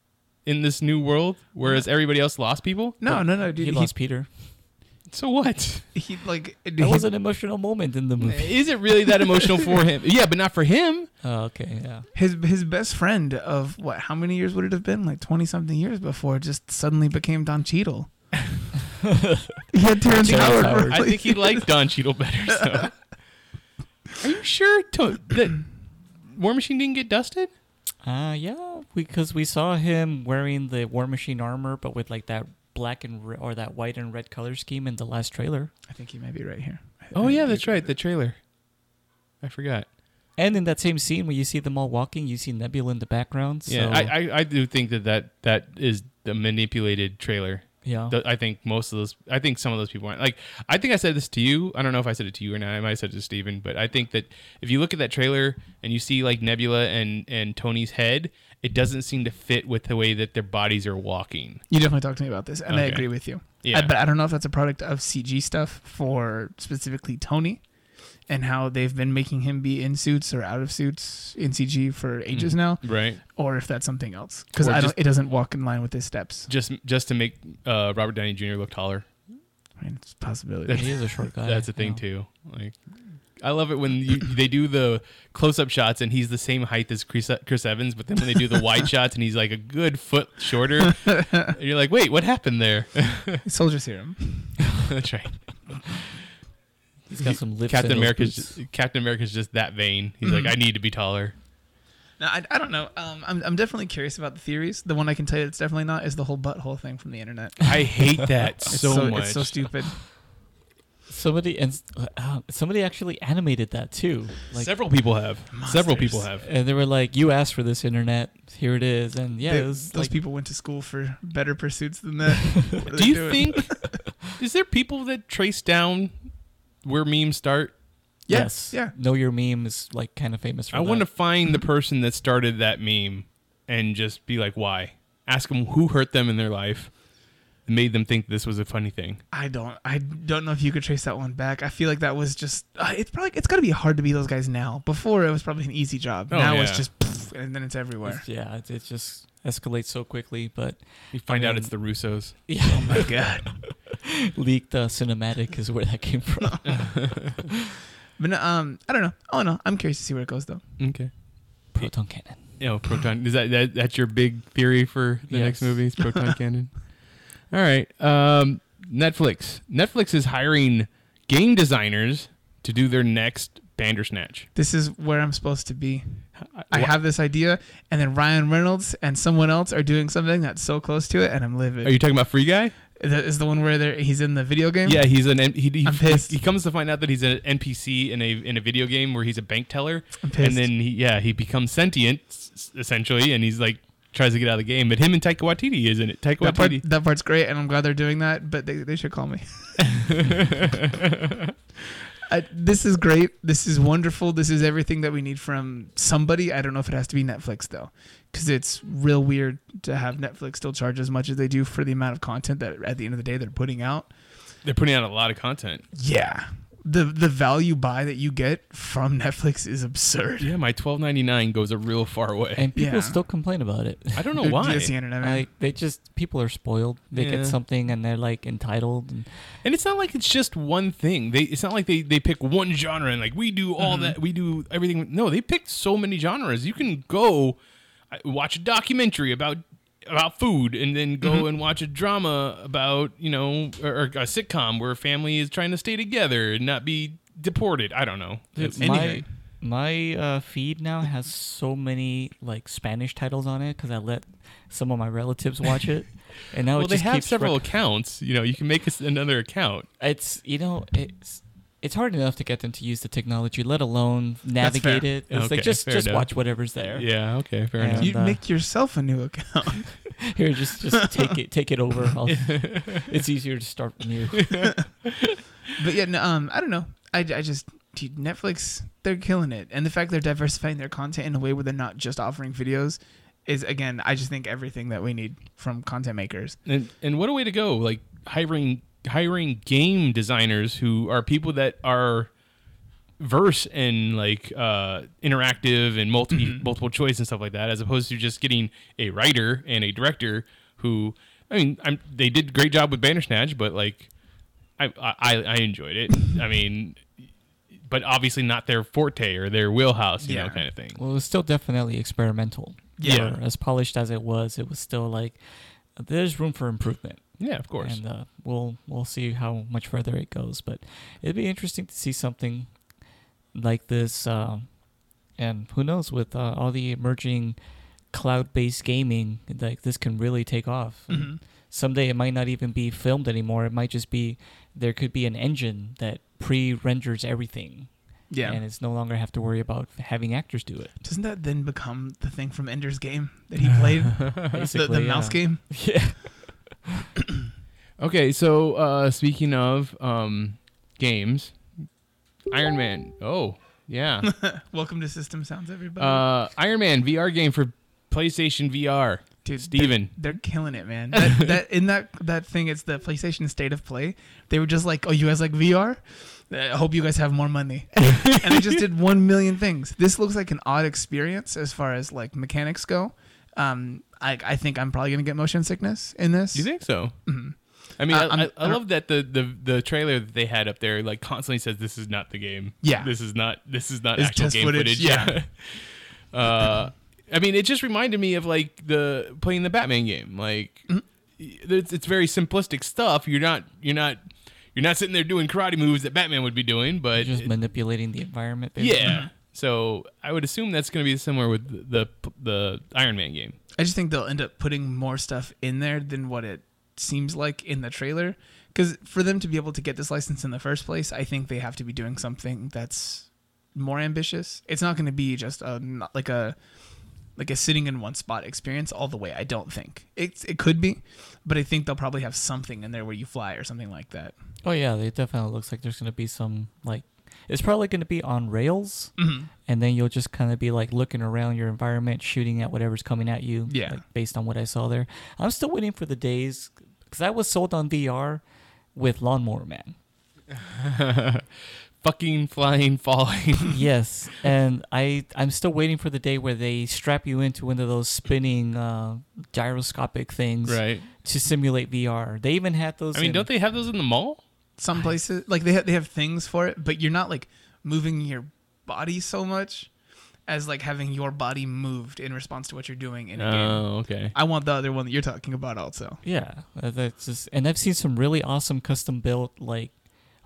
S4: in this new world, whereas everybody else lost people?
S5: no no no
S2: He,
S5: dude. He,
S2: lost Peter.
S4: So what?
S5: he, like it
S2: That was an emotional moment in the movie.
S4: Is it really that emotional for him? Yeah, but not for him.
S2: Oh, okay, yeah.
S5: his his best friend of what? How many years would it have been? Like twenty something years before, just suddenly became Don Cheadle. he had
S2: Terrence
S5: Terrence Howard.
S2: Howard.
S4: I think he liked Don Cheadle better. So. Are you sure to, that War Machine didn't get dusted?
S2: Uh, yeah, because we saw him wearing the War Machine armor, but with like that black and re- or that white and red color scheme in the last trailer,
S5: I think he may be right here.
S4: Oh yeah, that's right. The trailer. I forgot.
S2: and in that same scene where you see them all walking, you see Nebula in the background. So
S4: Yeah, I, I I do think that that that is the manipulated trailer.
S2: Yeah.
S4: Th- I think most of those, I think some of those people aren't. Like, I think I said this to you. I don't know if I said it to you or not. I might have said it to Steven, but I think that if you look at that trailer and you see like Nebula and and Tony's head, it doesn't seem to fit with the way that their bodies are walking.
S5: You definitely talked to me about this, and I
S4: Okay.
S5: agree with you.
S4: Yeah.
S5: I, but I don't know if that's a product of CG stuff for specifically Tony and how they've been making him be in suits or out of suits in CG for ages now,
S4: Right.
S5: or if that's something else. Because
S4: Mm. Or
S5: I don't,
S4: just-
S5: it doesn't walk in line with his steps.
S4: Just just to make uh, Robert Downey Jr. look taller.
S5: I mean, it's a possibility.
S2: he is a short guy.
S4: That's a thing too. Like, I love it when you, they do the close-up shots and he's the same height as Chris, Chris Evans, but then when they do the wide shots and he's like a good foot shorter, and you're like, wait, what happened there?
S5: Soldier serum.
S4: That's right.
S2: He's got some lips.
S4: Captain
S2: in those
S4: America's
S2: boots.
S4: just, Captain America's just that vain. He's
S5: Mm-hmm.
S4: like, I need to be taller.
S5: No, I, I don't know. Um, I'm, I'm definitely curious about the theories. The one I can tell you that's definitely not is the whole butthole thing from the internet.
S4: I hate that
S5: It's
S4: so, much.
S5: It's so stupid.
S2: somebody and uh, somebody actually animated that too. Like,
S4: Several people have. Several
S5: Monsters.
S4: people have.
S2: and they were like, "You asked for this, internet. Here it is." And yeah,
S5: They-
S2: it was
S5: those
S2: like,
S5: people went to school for better pursuits than that. What are they
S4: Do you
S5: doing?
S4: think? is there people that trace down where memes start?
S5: Yeah,
S2: yes,
S5: yeah.
S2: Know your meme is like kind of famous. For
S4: I
S2: that.
S4: want to find the person that started that meme and just be like, why? Ask them who hurt them in their life, that made them think this was a funny thing.
S5: I don't. I don't know if you could trace that one back. I feel like that was just. Uh, it's probably. It's got to be hard to be those guys now. Before it was probably an easy job.
S4: Oh,
S5: now it's
S4: yeah.
S5: just, pff, and then it's everywhere.
S2: Yeah, it, it just escalates so quickly, but
S4: You find out
S2: mean-
S4: it's the Russos.
S2: yeah,
S5: Oh My God.
S2: leaked uh, cinematic is where that came from.
S5: But no, um, I don't know. Oh no, I'm curious to see where it goes though.
S4: Okay.
S2: Proton cannon.
S4: You know, proton. Is that, that that's your big theory for the next
S2: Yes.
S4: movie? Is proton cannon. All right. Um, Netflix. Netflix is hiring game designers to do their next Bandersnatch.
S5: This is where I'm supposed to be. I have this idea, and then Ryan Reynolds and someone else are doing something that's so close to it, and I'm livid.
S4: Are you talking about Free Guy?
S5: That is the one where they're- he's in the video game.
S4: Yeah, he's an N- he, he,
S5: I'm pissed.
S4: he comes to find out that he's an NPC in a in a video game where he's a bank teller,
S5: I'm pissed.
S4: and then he, yeah he becomes sentient s- s- essentially, and he's like tries to get out of the game. But him and Taika Waititi is in it. Taika
S5: that part,
S4: Waititi.
S5: that part's great, and I'm glad they're doing that. But they, they should call me. I, this is great. This is wonderful. This is everything that we need from somebody. I don't know if it has to be Netflix though, because it's real weird to have Netflix still charge as much as they do for the amount of content that at the end of the day they're putting out.
S4: They're putting out a lot of content.
S5: Yeah, the the value buy that you get from Netflix is absurd.
S4: Yeah, my twelve ninety nine goes a real far way.
S2: And people
S5: Yeah.
S2: still complain about it.
S4: I don't know
S5: Dude,
S4: why.
S5: It's the internet, man.
S2: Like they just people are spoiled. They
S4: Yeah.
S2: get something and they're like entitled. And
S4: And it's not like it's just one thing. They it's not like they they pick one genre and like we do all
S2: Mm-hmm.
S4: that we do everything. No, they pick so many genres. You can go uh, watch a documentary about about food and then
S2: Mm-hmm.
S4: go and watch a drama about, you know, or, or a sitcom where a family is trying to stay together and not be deported. I don't know. It's-
S2: my
S5: anything.
S2: my uh, feed now has so many like Spanish titles on it because I let some of my relatives watch it, and now
S4: well,
S2: Oh, it
S4: they
S2: just
S4: have
S2: keeps
S4: several
S2: rec-
S4: accounts. You know, you can make us another account.
S2: it's you know it's it's hard enough to get them to use the technology, let alone
S5: That's fair.
S2: navigate it. It's
S4: Okay,
S2: like just
S4: fair
S2: just
S4: enough.
S2: watch whatever's there.
S4: Yeah. Okay. Fair
S2: And-
S4: enough.
S5: you
S2: uh,
S5: make yourself a new account.
S2: Here, just just take it take it over. I'll, it's easier to start from you.
S5: But yeah, no, um, I don't know. I, I just dude, Netflix, they're killing it, and the fact they're diversifying their content in a way where they're not just offering videos is again, I just think everything that we need from content makers.
S4: And and what a way to go! Like hiring hiring game designers who are people that are verse in like uh, interactive and multi multiple choice and stuff like that, as opposed to just getting a writer and a director who I mean, I'm, they did a great job with Bandersnatch, but like I I, I enjoyed it. I mean. But obviously not their forte or their wheelhouse, you know,
S5: Yeah.
S4: kind of thing.
S2: Well, it was still definitely experimental.
S4: Yeah.
S5: Mm-hmm.
S2: For as polished as it was, it was still like there's room for improvement,
S4: Yeah, of course.
S2: and uh, we'll we'll see how much further it goes. But it'd be interesting to see something like this, um, and who knows with uh, all the emerging cloud-based gaming, like this can really take off. And
S4: Mm-hmm.
S2: Someday it might not even be filmed anymore. It might just be there could be an engine that pre-renders everything,
S5: Yeah.
S2: and it's no longer have to worry about having actors do it.
S5: Doesn't that then become the thing from Ender's Game that he played? the,
S2: Basically, uh,
S5: the mouse
S2: yeah.
S5: game?
S2: Yeah.
S4: Okay, so uh, speaking of um, games, Iron Man. Oh, yeah.
S5: Welcome to System Sounds, everybody.
S4: uh, Iron Man VR game for PlayStation VR.
S5: Dude,
S4: Steven.
S5: they're, they're killing it, man. That, that in that that thing, it's the PlayStation State of Play. They were just like, "Oh, you guys like VR? I hope you guys have more money." and they just did one million things. This looks like an odd experience as far as like mechanics go. Um, I I think I'm probably gonna get motion sickness in this.
S4: Do you think so? I mean, I,
S5: Uh, I'm-
S4: I, I
S5: I'm-
S4: love that the, the the trailer that they had up there like constantly says this is not the game.
S5: Yeah.
S4: this is not this is not
S5: It's
S4: actual
S5: test
S4: game
S5: footage,
S4: footage.
S5: yeah.
S4: Yeah. uh, I mean, it just reminded me of like the playing the Batman game. Like,
S5: Mm-hmm.
S4: it's, it's very simplistic stuff. You're not you're not you're not sitting there doing karate moves that Batman would be doing, but
S2: Just
S4: it-
S2: manipulating the environment. basically.
S5: Mm-hmm.
S4: yeah. So I would assume that's going to be similar with the the Iron Man game.
S5: I just think they'll end up putting more stuff in there than what it seems like in the trailer. Because for them to be able to get this license in the first place, I think they have to be doing something that's more ambitious. It's not going to be just a not like a like a sitting in one spot experience all the way. I don't think it's it could be, but I think they'll probably have something in there where you fly or something like that.
S2: Oh yeah, it definitely looks like there's gonna be some like it's probably gonna be on rails,
S4: Mm-hmm.
S2: and then you'll just kind of be like looking around your environment, shooting at whatever's coming at you.
S5: Yeah.
S2: like, based on what I saw there, I'm still waiting for the days because I was sold on VR with Lawnmower Man.
S4: Fucking flying, falling.
S2: yes, and I I'm still waiting for the day where they strap you into one of those spinning uh, gyroscopic things
S4: right.
S2: to simulate VR. They even had those.
S4: I mean,
S2: in-
S4: don't they have those in the mall?
S5: Some places like they have, they have things for it, but you're not like moving your body so much as like having your body moved in response to what you're doing in a game.
S4: Oh, okay.
S5: I want the other one that you're talking about also.
S2: Yeah, uh, that's just, and I've seen some really awesome custom built like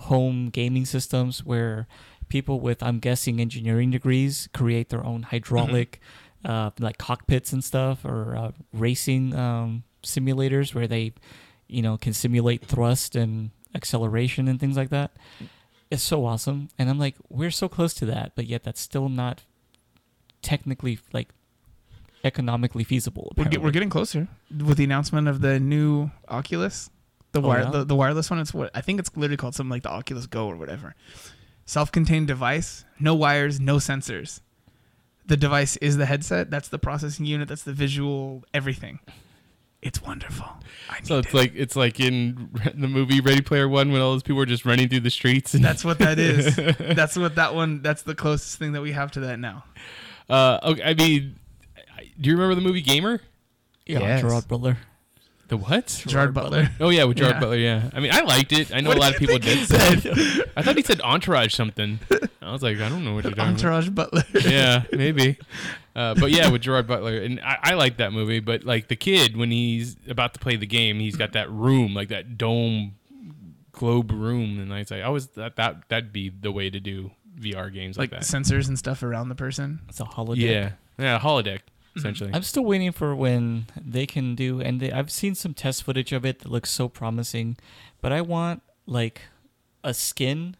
S2: home gaming systems where people with I'm guessing engineering degrees create their own
S5: Mm-hmm.
S2: hydraulic uh, like cockpits and stuff or uh, racing um, simulators where they you know can simulate thrust and acceleration and things like that. It's so awesome, and I'm like, we're so close to that, but yet that's still not technically like economically feasible.
S5: We're, get,
S2: apparently.
S5: we're getting closer with the announcement of the new Oculus, the
S2: Oh,
S5: wire,
S2: yeah?
S5: the, the wireless one. It's what I think it's literally called something like the Oculus Go or whatever. Self-contained device, no wires, no sensors. The device is the headset. That's the processing unit. That's the visual everything. It's wonderful. I need
S4: So it's
S5: it.
S4: like it's like in the movie Ready Player One when all those people are just running through the streets. And,
S5: that's what that is. that's what that one. That's the closest thing that we have to that now.
S4: uh, okay, I mean, I- do you remember the movie Gamer?
S2: yeah,
S5: Yes.
S2: Gerard Butler.
S4: The what?
S5: Gerard Butler.
S4: Oh yeah, with Gerard
S5: Yeah.
S4: Butler. Yeah, I mean, I liked it. I know a lot of people did. I thought he said Entourage something. I was like, I don't know what you're talking about.
S5: Entourage Butler.
S4: yeah, maybe. Uh, but yeah, with Gerard Butler, and I, I like that movie. But like the kid, when he's about to play the game, he's got that room, like that dome globe room, and I say, I was that that that'd be the way to do VR games like,
S5: like
S4: that.
S5: sensors and stuff around the person.
S2: It's a holiday.
S4: yeah, yeah, holodeck essentially.
S2: I'm still waiting for when they can do, and they, I've seen some test footage of it that looks so promising, but I want like a skin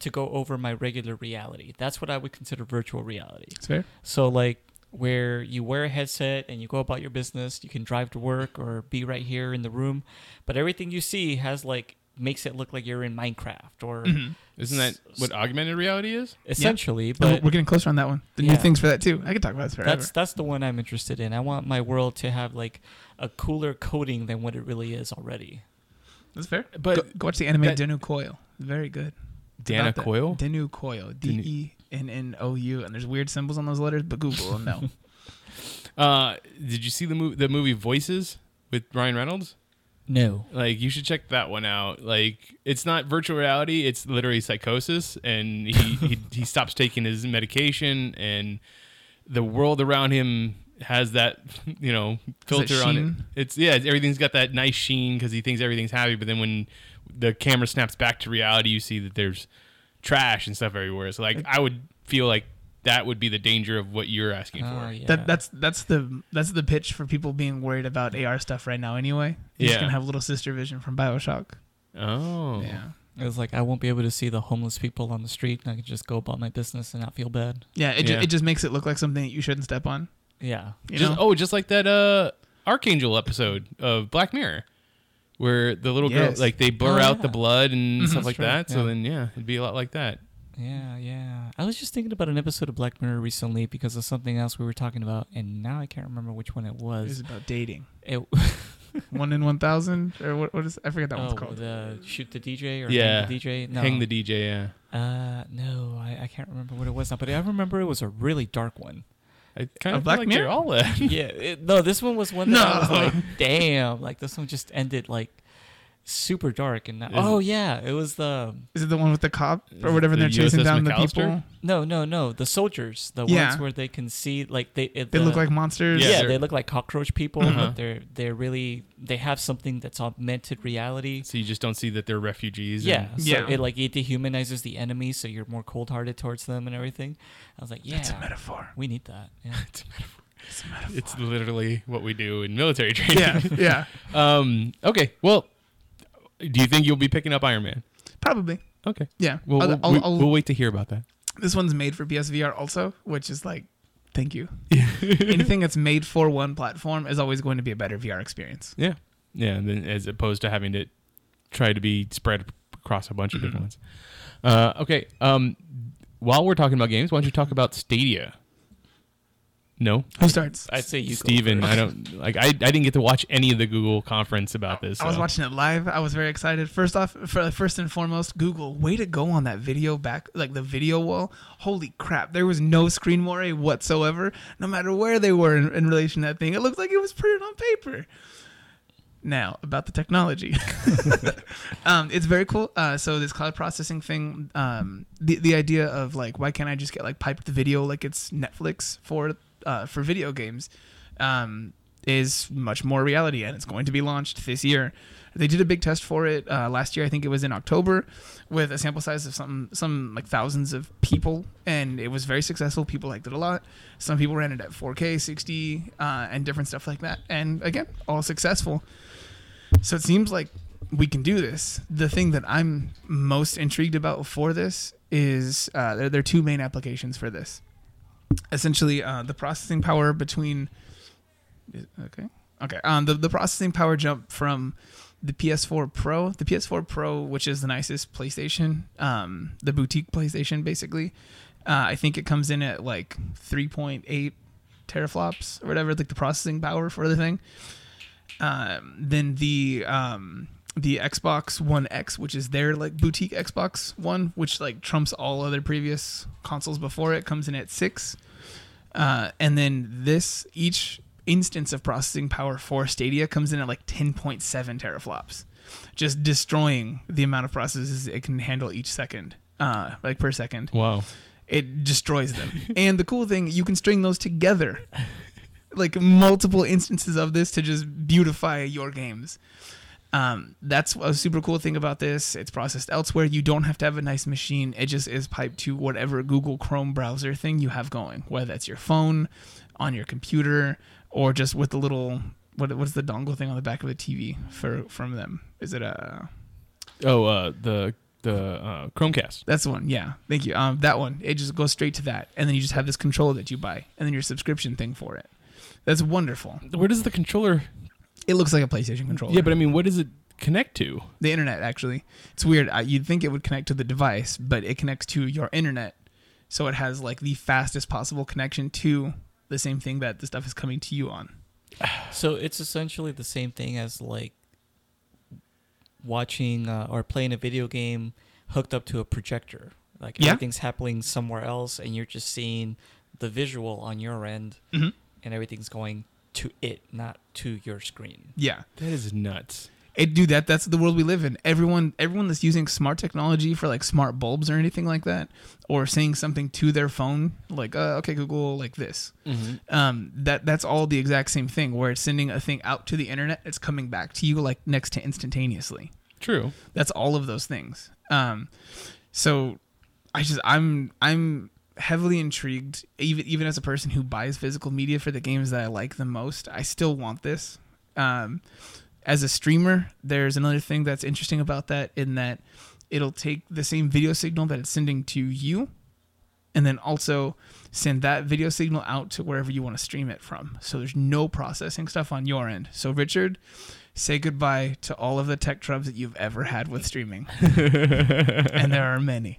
S2: to go over my regular reality. That's what I would consider virtual reality.
S5: It's fair.
S2: So like where you wear a headset and you go about your business, you can drive to work or be right here in the room, but everything you see has like makes it look like you're in Minecraft or
S4: Isn't that what augmented reality is?
S2: essentially.
S5: Oh,
S2: But
S5: we're getting closer on that one. The
S2: Yeah.
S5: new things for that too. I could talk about this forever.
S2: That's that's the one I'm interested in. I want my world to have like a cooler coating than what it really is already.
S5: That's fair.
S4: But-
S5: But go, go watch the anime
S4: that-
S5: Denu Coil. Very good. It's
S4: Dana
S5: about that.
S4: Coil?
S5: Denu Coil. D E N N O U. And there's weird symbols on those letters, but Google will know.
S4: Uh, did you see the movie the movie Voices with Ryan Reynolds?
S2: No.
S4: Like you should check that one out. Like it's not virtual reality; it's literally psychosis, and he he, he stops taking his medication, and the world around him has that you know filter on it.
S5: sheen?
S4: It's yeah, everything's got that nice sheen because he thinks everything's happy, but then when the camera snaps back to reality, you see that there's trash and stuff everywhere. So like I would feel like that would be the danger of what you're asking for.
S2: Ah, Oh, yeah.
S5: That that's that's the that's the pitch for people being worried about AR stuff right now anyway.
S4: Yeah.
S5: You're just gonna have little sister vision from Bioshock.
S4: Oh,
S5: Yeah.
S2: it was like I won't be able to see the homeless people on the street and I can just go about my business and not feel bad.
S5: Yeah, it, ju-
S4: Yeah.
S5: it just makes it look like something that you shouldn't step on.
S2: Yeah.
S5: You
S4: just,
S5: know?
S4: oh, just like that uh Archangel episode of Black Mirror. where the little
S5: Yes.
S4: girl like they blur
S2: Oh,
S4: out
S2: yeah.
S4: the blood and stuff like
S5: true,
S4: that. So
S5: yeah.
S4: then yeah, it'd be a lot like that.
S2: Yeah, yeah. I was just thinking about an episode of Black Mirror recently because of something else we were talking about, and now I can't remember which one it
S5: It's
S2: was.
S5: about dating.
S2: It,
S5: One in one thousand, or what? What is? I forget that
S2: oh,
S5: one's called.
S2: the shoot the DJ or
S4: Yeah.
S2: hang the DJ? No,
S4: Hang the DJ, yeah.
S2: Uh, no, I, I can't remember what it was now, but I remember it was a really dark one.
S4: I kind
S5: A
S4: of
S5: Black
S4: feel like they're
S5: Mirror?
S4: all that.
S2: yeah, it, no, this one was one that I was
S5: No.
S2: like, damn, like this one just ended like super dark, and now,
S4: Is-
S2: oh yeah, it was the
S5: Is it the one with the cop
S4: Is
S5: or whatever?
S4: it
S5: and They're
S4: the
S5: chasing
S4: USS
S5: down the
S4: McAllister?
S5: people.
S2: no, no, no, the soldiers, the
S5: Yeah.
S2: ones where they can see like they it,
S5: They
S2: the-
S5: look like monsters.
S4: Yeah,
S2: yeah,
S4: they're-
S2: they look like cockroach people,
S4: Uh-huh.
S2: but they're they're really they have something that's augmented reality.
S4: So you just don't see that they're refugees.
S2: Yeah,
S4: and-
S2: so
S5: Yeah.
S2: it like it dehumanizes the enemy, so you're more cold hearted towards them and everything. I was like, yeah,
S5: It's a metaphor.
S2: we need that. Yeah.
S5: It's a metaphor.
S4: it's literally what we do in military training.
S5: yeah, yeah,
S4: Um. Okay. Well, do you think you'll be picking up Iron Man?
S5: probably.
S4: Okay.
S5: Yeah.
S4: Well,
S5: I'll-
S4: we'll,
S5: I'll-
S4: we-
S5: I'll-
S4: we'll wait to hear about that.
S5: this one's made for PSVR also, which is like, thank you. Anything that's made for one platform is always going to be a better VR experience.
S4: Yeah. Yeah. And then as opposed to having to try to be spread across a bunch of different ones. Uh, okay. Um, while we're talking about games, why don't you talk about Stadia? No,
S5: Who starts?
S2: I'd say you, go
S4: Steven,
S2: first.
S4: I don't like. I, I didn't get to watch any of the Google conference about this.
S5: I was
S4: so-
S5: watching it live. I was very excited. First off, for, first and foremost, Google, way to go on that video back, like the video wall. Holy crap! There was no screen moray whatsoever. No matter where they were in, in relation to that thing, it looks like it was printed on paper. Now about the technology, um, it's very cool. Uh, so this cloud processing thing, um, the the idea of like why can't I just get like piped video like it's Netflix for uh, for video games, um, is much more reality, and it's going to be launched this year. They did a big test for it uh, last year. I think it was in October, with a sample size of some some like thousands of people, and it was very successful. People liked it a lot. Some people ran it at 4K, 60, uh, and different stuff like that. And again, all successful. So it seems like we can do this. The thing that I'm most intrigued about for this is uh, there, there are two main applications for this. Essentially, uh, the processing power between. is- Okay. Okay. Um, the, the processing power jump from the PS4 Pro, the PS4 Pro, which is the nicest PlayStation, um, the boutique PlayStation, basically. Uh, I think it comes in at like 3.8 teraflops or whatever, like the processing power for the thing um, then the um, the Xbox One X, which is their like boutique Xbox One, which like trumps all other previous consoles before it, comes in at six. Uh, and then this each instance of processing power for Stadia comes in at like 10.7 teraflops, just destroying the amount of processes it can handle each second, uh, like per second
S4: Wow.
S5: it destroys them. and the cool thing, you can string those together, like multiple instances of this to just beautify your games. Um, that's a super cool thing about this. It's processed elsewhere. You don't have to have a nice machine. It just is piped to whatever Google Chrome browser thing you have going, whether that's your phone, on your computer, or just with the little what what's the dongle thing on the back of the TV for from them? Is it uh, a
S4: Oh, uh, the the uh, Chromecast.
S5: that's the one. Yeah. Thank you. Um, that one. It just goes straight to that. And then you just have this controller that you buy and then your subscription thing for it. That's wonderful.
S4: Where does the controller?
S5: It looks like a PlayStation controller.
S4: Yeah, but I mean, what does it connect to?
S5: the internet, actually. It's weird. Uh, you'd think it would connect to the device, but it connects to your internet. So it has like the fastest possible connection to the same thing that the stuff is coming to you on.
S2: So it's essentially the same thing as like watching uh, or playing a video game hooked up to a projector. Like
S5: Yeah.
S2: everything's happening somewhere else, and you're just seeing the visual on your end,
S5: Mhm.
S2: and everything's going to it, not to your screen.
S5: Yeah.
S4: That is nuts.
S5: It do that. That's the world we live in. Everyone, everyone that's using smart technology for like smart bulbs or anything like that, or saying something to their phone, like uh, "Okay, Google," like this.
S2: Mm-hmm.
S5: Um, that that's all the exact same thing. Where it's sending a thing out to the internet, it's coming back to you like next to instantaneously.
S4: True.
S5: That's all of those things. Um, so I just I'm I'm heavily intrigued. Even even as a person who buys physical media for the games that I like the most, I still want this. Um, as a streamer, there's another thing that's interesting about that in that it'll take the same video signal that it's sending to you, and then also send that video signal out to wherever you want to stream it from. So there's no processing stuff on your end. So Richard, say goodbye to all of the tech trubs that you've ever had with streaming. and there are many.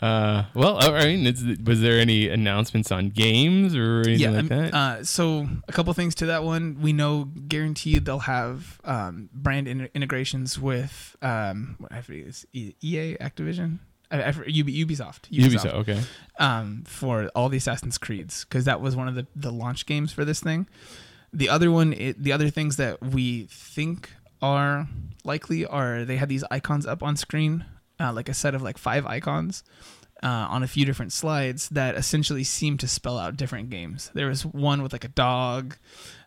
S4: Uh, well, I mean, it's, was there any announcements on games or anything
S5: yeah.
S4: like
S5: um,
S4: that?
S5: Uh, so a couple things to that one. We know guaranteed they'll have um, brand in- integrations with um, what I forget, it's E- EA, Activision, I, I, forget, Ubi- Ubisoft,
S4: Ubisoft. Okay.
S5: um, for all the Assassin's Creeds because that was one of the, the launch games for this thing. The other one, it, the other things that we think are likely are they had these icons up on screen, uh, like a set of like five icons uh, on a few different slides that essentially seemed to spell out different games. There was one with like a dog,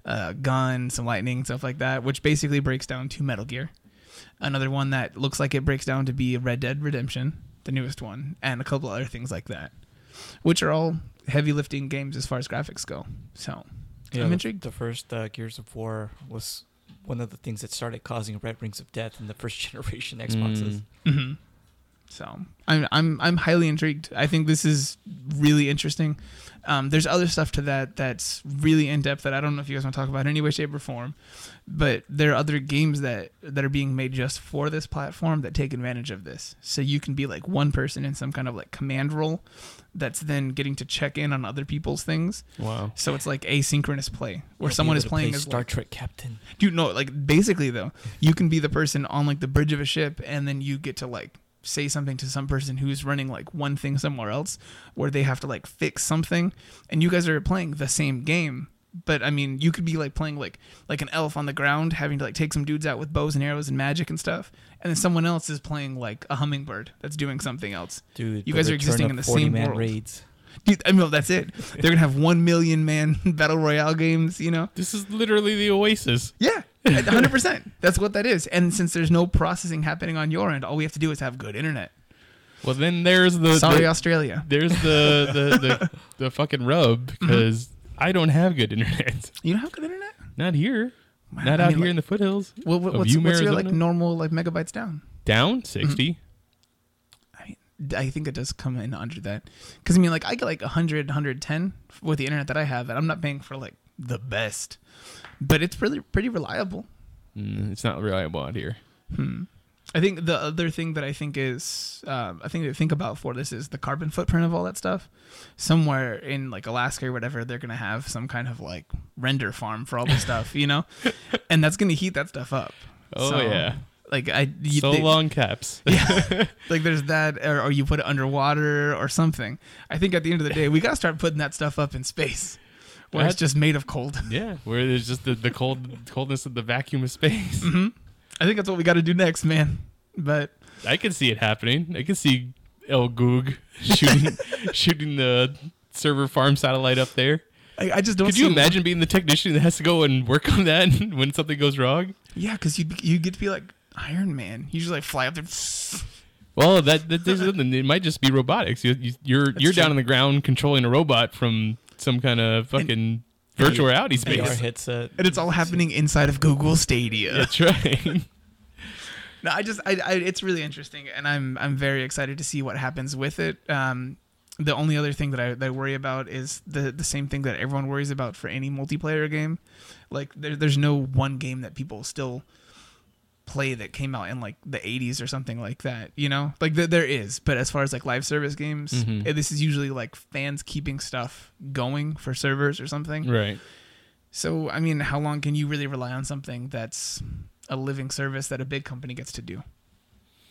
S5: a gun, some lightning, stuff like that, which basically breaks down to Metal Gear. Another one that looks like it breaks down to be Red Dead Redemption, the newest one, and a couple other things like that which are all heavy lifting games as far as graphics go. So I'm intrigued.
S2: The first uh, Gears of War was one of the things that started causing red rings of death in the first generation Xboxes.
S4: Mm.
S5: hmm So I'm I'm I'm highly intrigued. I think this is really interesting. Um, there's other stuff to that that's really in depth that I don't know if you guys want to talk about in any way, shape, or form. But there are other games that that are being made just for this platform that take advantage of this. So you can be like one person in some kind of like command role, that's then getting to check in on other people's things.
S4: Wow.
S5: So it's like asynchronous play
S2: You'll
S5: where
S2: be
S5: someone
S2: able
S5: is
S2: to
S5: playing
S2: play
S5: as
S2: Star
S5: like,
S2: Trek Captain.
S5: You know, like basically though, you can be the person on like the bridge of a ship, and then you get to like say something to some person who's running like one thing somewhere else, where they have to like fix something, and you guys are playing the same game. But I mean, you could be like playing like like an elf on the ground, having to like take some dudes out with bows and arrows and magic and stuff, and then someone else is playing like a hummingbird that's doing something else.
S2: Dude,
S5: You guys are
S2: return
S5: existing
S2: of
S5: in the
S2: 40
S5: same
S2: man
S5: world.
S2: raids.
S5: Dude, I mean, that's it. They're gonna have one million man battle royale games, you know.
S4: This is literally the Oasis.
S5: Yeah, 100%. That's what that is. And since there's no processing happening on your end, all we have to do is have good internet.
S4: Well, then there's Uh, the
S5: Sorry, uh,
S4: the-
S5: Australia.
S4: there's the the, the the fucking rub
S5: Mm-hmm.
S4: because I don't have good internet.
S5: You don't have good internet?
S4: Not here.
S5: Wow,
S4: Not
S5: I
S4: out
S5: mean,
S4: here
S5: like-
S4: in the foothills.
S5: Well, what,
S4: Of
S5: what's,
S4: you,
S5: what's your like
S4: Arizona?
S5: normal like megabytes down?
S4: Down 60
S5: I mean, I think it does come in under that. Because I mean, like I get like 100, 110 with the internet that I have, and I'm not paying for like the best, but it's really pretty reliable. Mm-hmm.
S4: Mm, it's not reliable out here.
S5: Hmm. I think the other thing that I think is um, I think to think about for this is the carbon footprint of all that stuff. Somewhere in like Alaska or whatever, they're gonna have some kind of like render farm for all the stuff, you know, and that's gonna heat that stuff up.
S4: Oh
S5: So,
S4: yeah.
S5: like I you,
S4: so
S5: they-
S4: long caps.
S5: yeah, like there's that, or, or you put it underwater or something. I think at the end of the day, we gotta start putting that stuff up in space, where it's
S4: That-
S5: just made of cold.
S4: yeah, where there's just the, the cold coldness of the vacuum of
S5: Mm-hmm.
S4: space.
S5: I think that's what we gotta do next, man. But
S4: I can see it happening. I can see El Goog shooting shooting the server farm satellite up there.
S5: I, I just don't.
S4: Could you
S5: see-
S4: imagine being the technician that has to go and work on that when something goes wrong?
S5: Yeah, because you you get to be like Iron Man. You just like fly up there.
S4: Well, that, that there's nothing. It might just be robotics. You, you, you're you're
S5: true.
S4: down on the ground controlling a robot from some kind of fucking virtual reality
S2: AR
S4: space.
S2: headset.
S5: And it's all happening inside of Google Stadia.
S4: That's right.
S5: No, I just, I, I, it's really interesting, and I'm, I'm very excited to see what happens with it. Um, the only other thing that I, that I worry about is the, the same thing that everyone worries about for any multiplayer game. Like, there, there's no one game that people still play that came out in like the 80s or something like that you know like th- there is but as far as like live service games
S4: Mhm.
S5: eh, this is usually like fans keeping stuff going for servers or something
S4: right.
S5: so I mean, how long can you really rely on something that's a living service that a big company gets to do?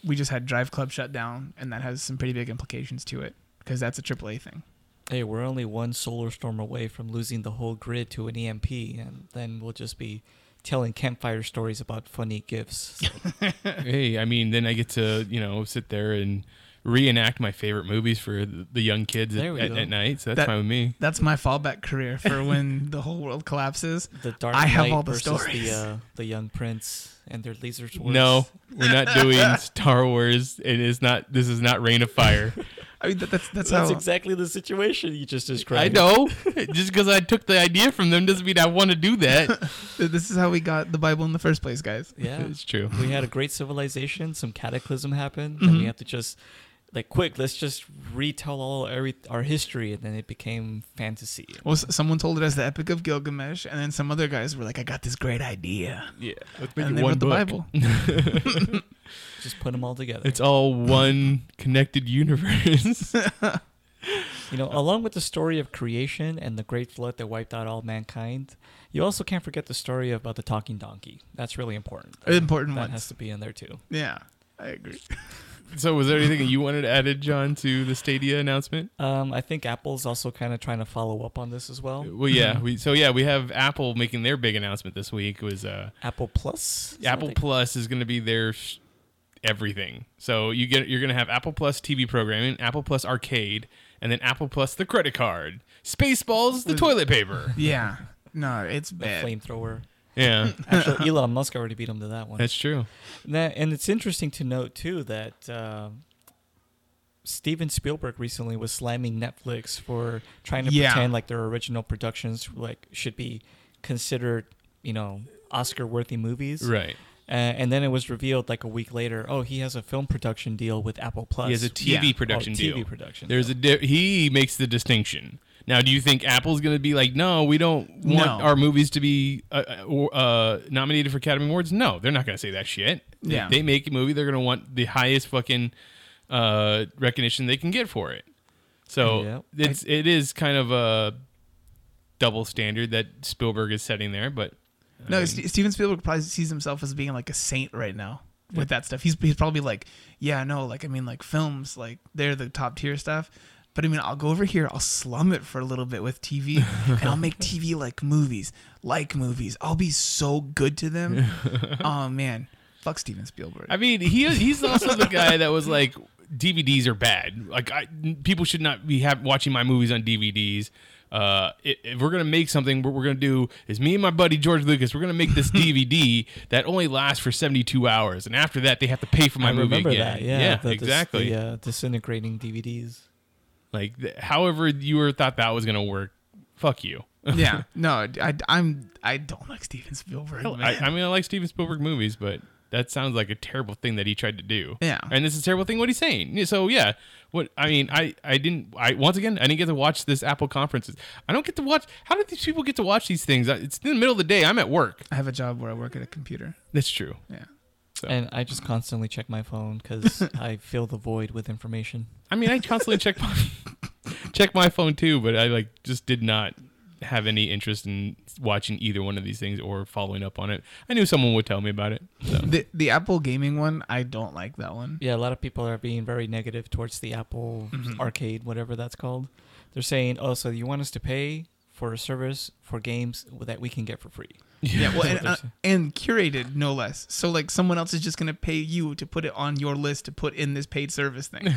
S5: We just had Drive Club shut down, and that has some pretty big implications to it because that's a AAA thing.
S2: Hey, we're only one solar storm away from losing the whole grid to an EMP, and then we'll just be telling campfire stories about funny gifts. So,
S4: Hey, I mean, then I get to you know sit there and reenact my favorite movies for the, the young kids at,
S2: There we
S4: at,
S2: go.
S4: at night. So that's
S5: That-
S4: fine with me.
S5: That's my fallback career for when the whole world collapses.
S2: the Dark
S5: I have
S2: Knight
S5: all the
S2: versus
S5: stories.
S2: the uh, the Young Prince and their laser swords.
S4: No, we're not doing Star Wars. It is not. This is not Rain of Fire.
S5: I mean, that, that's that's,
S2: that's
S5: how.
S2: exactly the situation you just described.
S4: I know. Just because I took the idea from them doesn't mean I want to do that.
S5: This is how we got the Bible in the first place, guys.
S2: Yeah,
S4: It's true.
S5: Mm-hmm.
S2: we had a great civilization. Some cataclysm happened, and we have to just like quick, let's just retell all every our history, and then it became fantasy.
S5: Well, s- someone told it as the Epic of Gilgamesh, and then some other guys were like, "I got this great idea,"
S4: Yeah, let's
S5: and they wrote the Bible.
S2: Just put them all together.
S4: It's all one connected universe.
S2: you know, along with the story of creation and the great flood that wiped out all mankind, you also can't forget the story about the talking donkey. That's really important.
S5: Important
S2: That
S5: ones.
S2: has to be in there too.
S5: yeah, I agree.
S4: so, was there anything that you wanted added, John, to the Stadia announcement?
S2: Um, I think Apple's also kind of trying to follow up on this as well.
S4: Well, yeah. We so yeah, we have Apple making their big announcement this week. Was uh,
S2: Apple Plus. Is that
S4: Apple
S2: what they-
S4: Plus is going to be their sh- everything. So you get you're going to have Apple Plus TV programming, Apple Plus Arcade, and then Apple Plus the credit card, Spaceballs the toilet paper.
S5: Yeah, no, it's
S2: the
S5: bad.
S2: flamethrower.
S4: Yeah,
S2: Actually, Elon Musk already beat him to that one.
S4: that's true.
S2: Now, and it's interesting to note too that um Steven Spielberg recently was slamming Netflix for trying to
S5: Yeah.
S2: pretend like their original productions like should be considered, you know, Oscar-worthy movies.
S4: Right.
S2: Uh, and then it was revealed like a week later, oh, he has a film production deal with Apple Plus.
S4: He has a TV
S5: Yeah.
S4: production
S2: Oh,
S4: deal.
S2: TV production
S4: There's a di- he makes the distinction. Now, do you think Apple's going to be like, no, we don't want
S5: No.
S4: our movies to be uh, uh, or, uh, nominated for Academy Awards? No, they're not going to say that shit.
S5: Yeah.
S4: If they make a movie, they're going to want the highest fucking uh, recognition they can get for it. So
S2: Yeah.
S4: it's it is kind of a double standard that Spielberg is setting there, but
S5: No, Ste Steven Spielberg probably sees himself as being like a saint right now with that stuff. He's he's probably like, yeah, no, like I mean, like films, like they're the top tier stuff. But I mean, I'll go over here, I'll slum it for a little bit with TV, and I'll make TV like movies, like movies. I'll be so good to them. oh man, fuck Steven Spielberg.
S4: I mean, he he's also the guy that was like DVDs are bad. Like I, people should not be have, watching my movies on DVDs. Uh, i- if we're gonna make something, what we're gonna do is me and my buddy George Lucas. We're gonna make this DVD that only lasts for seventy two hours, and after that, they have to pay for my
S2: I
S4: movie
S2: remember
S4: again.
S2: that. Yeah, the- the-
S4: exactly.
S2: The, uh, disintegrating DVDs.
S4: Like, th- however you were thought that was gonna work, fuck you.
S5: yeah, no, I, I'm I don't like Steven Spielberg. man.
S4: I, I mean, I like Steven Spielberg movies, but that sounds like a terrible thing that he tried to do.
S5: Yeah.
S4: and this is a terrible thing. What he's saying. Yeah, So yeah, what I mean, I I didn't. I once again, I didn't get to watch this Apple conferences. I don't get to watch. How did these people get to watch these things? I- It's in the middle of the day. I'm at work.
S5: I have a job where I work at a computer.
S4: That's true.
S5: Yeah.
S4: So-
S2: And I just constantly check my phone because I fill the void with information.
S4: I mean, I constantly check my check my phone too, but I like just did not have any interest in watching either one of these things or following up on it. I knew someone would tell me about it. So.
S5: The the Apple gaming one, I don't like that one.
S2: Yeah, a lot of people are being very negative towards the Apple
S5: Mm-hmm.
S2: Arcade, whatever that's called. They're saying, "Oh, so you want us to pay for a service for games that we can get for free?"
S5: Yeah, well, and,
S2: they're
S5: uh, and curated no less. So like someone else is just gonna pay you to put it on your list to put in this paid service thing.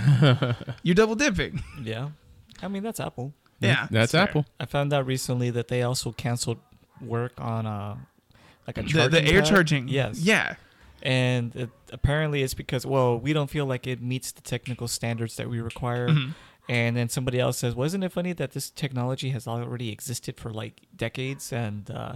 S5: You're double dipping.
S2: Yeah, I mean that's Apple.
S5: Yeah,
S4: that's
S5: fair.
S4: Apple.
S2: I found out recently that they also canceled work on uh like a
S5: The,
S2: charging
S5: the air
S2: pad.
S5: charging.
S2: Yes.
S5: Yeah.
S2: and it, apparently it's because well we don't feel like it meets the technical standards that we require
S4: Mm-hmm.
S2: and then somebody else says wasn't it funny that this technology has already existed for like decades and uh,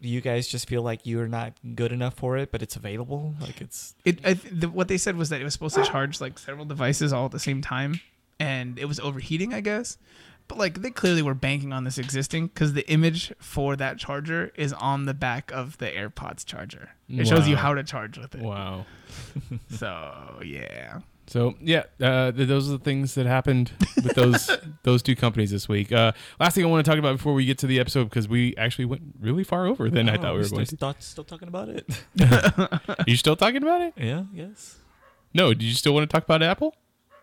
S2: you guys just feel like you're not good enough for it but it's available like it's
S5: It. I th- the, what they said was that it was supposed to charge like several devices all at the same time, and it was overheating, I guess. But like they clearly were banking on this existing because the image for that charger is on the back of the AirPods charger. It shows you
S4: Wow.
S5: how to charge with it.
S4: Wow.
S5: So yeah.
S4: So yeah, uh, th- those are the things that happened with those those two companies this week. Uh, last thing I want to talk about before we get to the episode because we actually went really far over than I
S2: Oh,
S4: thought we were
S2: still,
S4: going. to.
S2: thought- still talking about it
S4: Are you still talking about it?
S2: yeah yes
S4: No, do you still want to talk about Apple?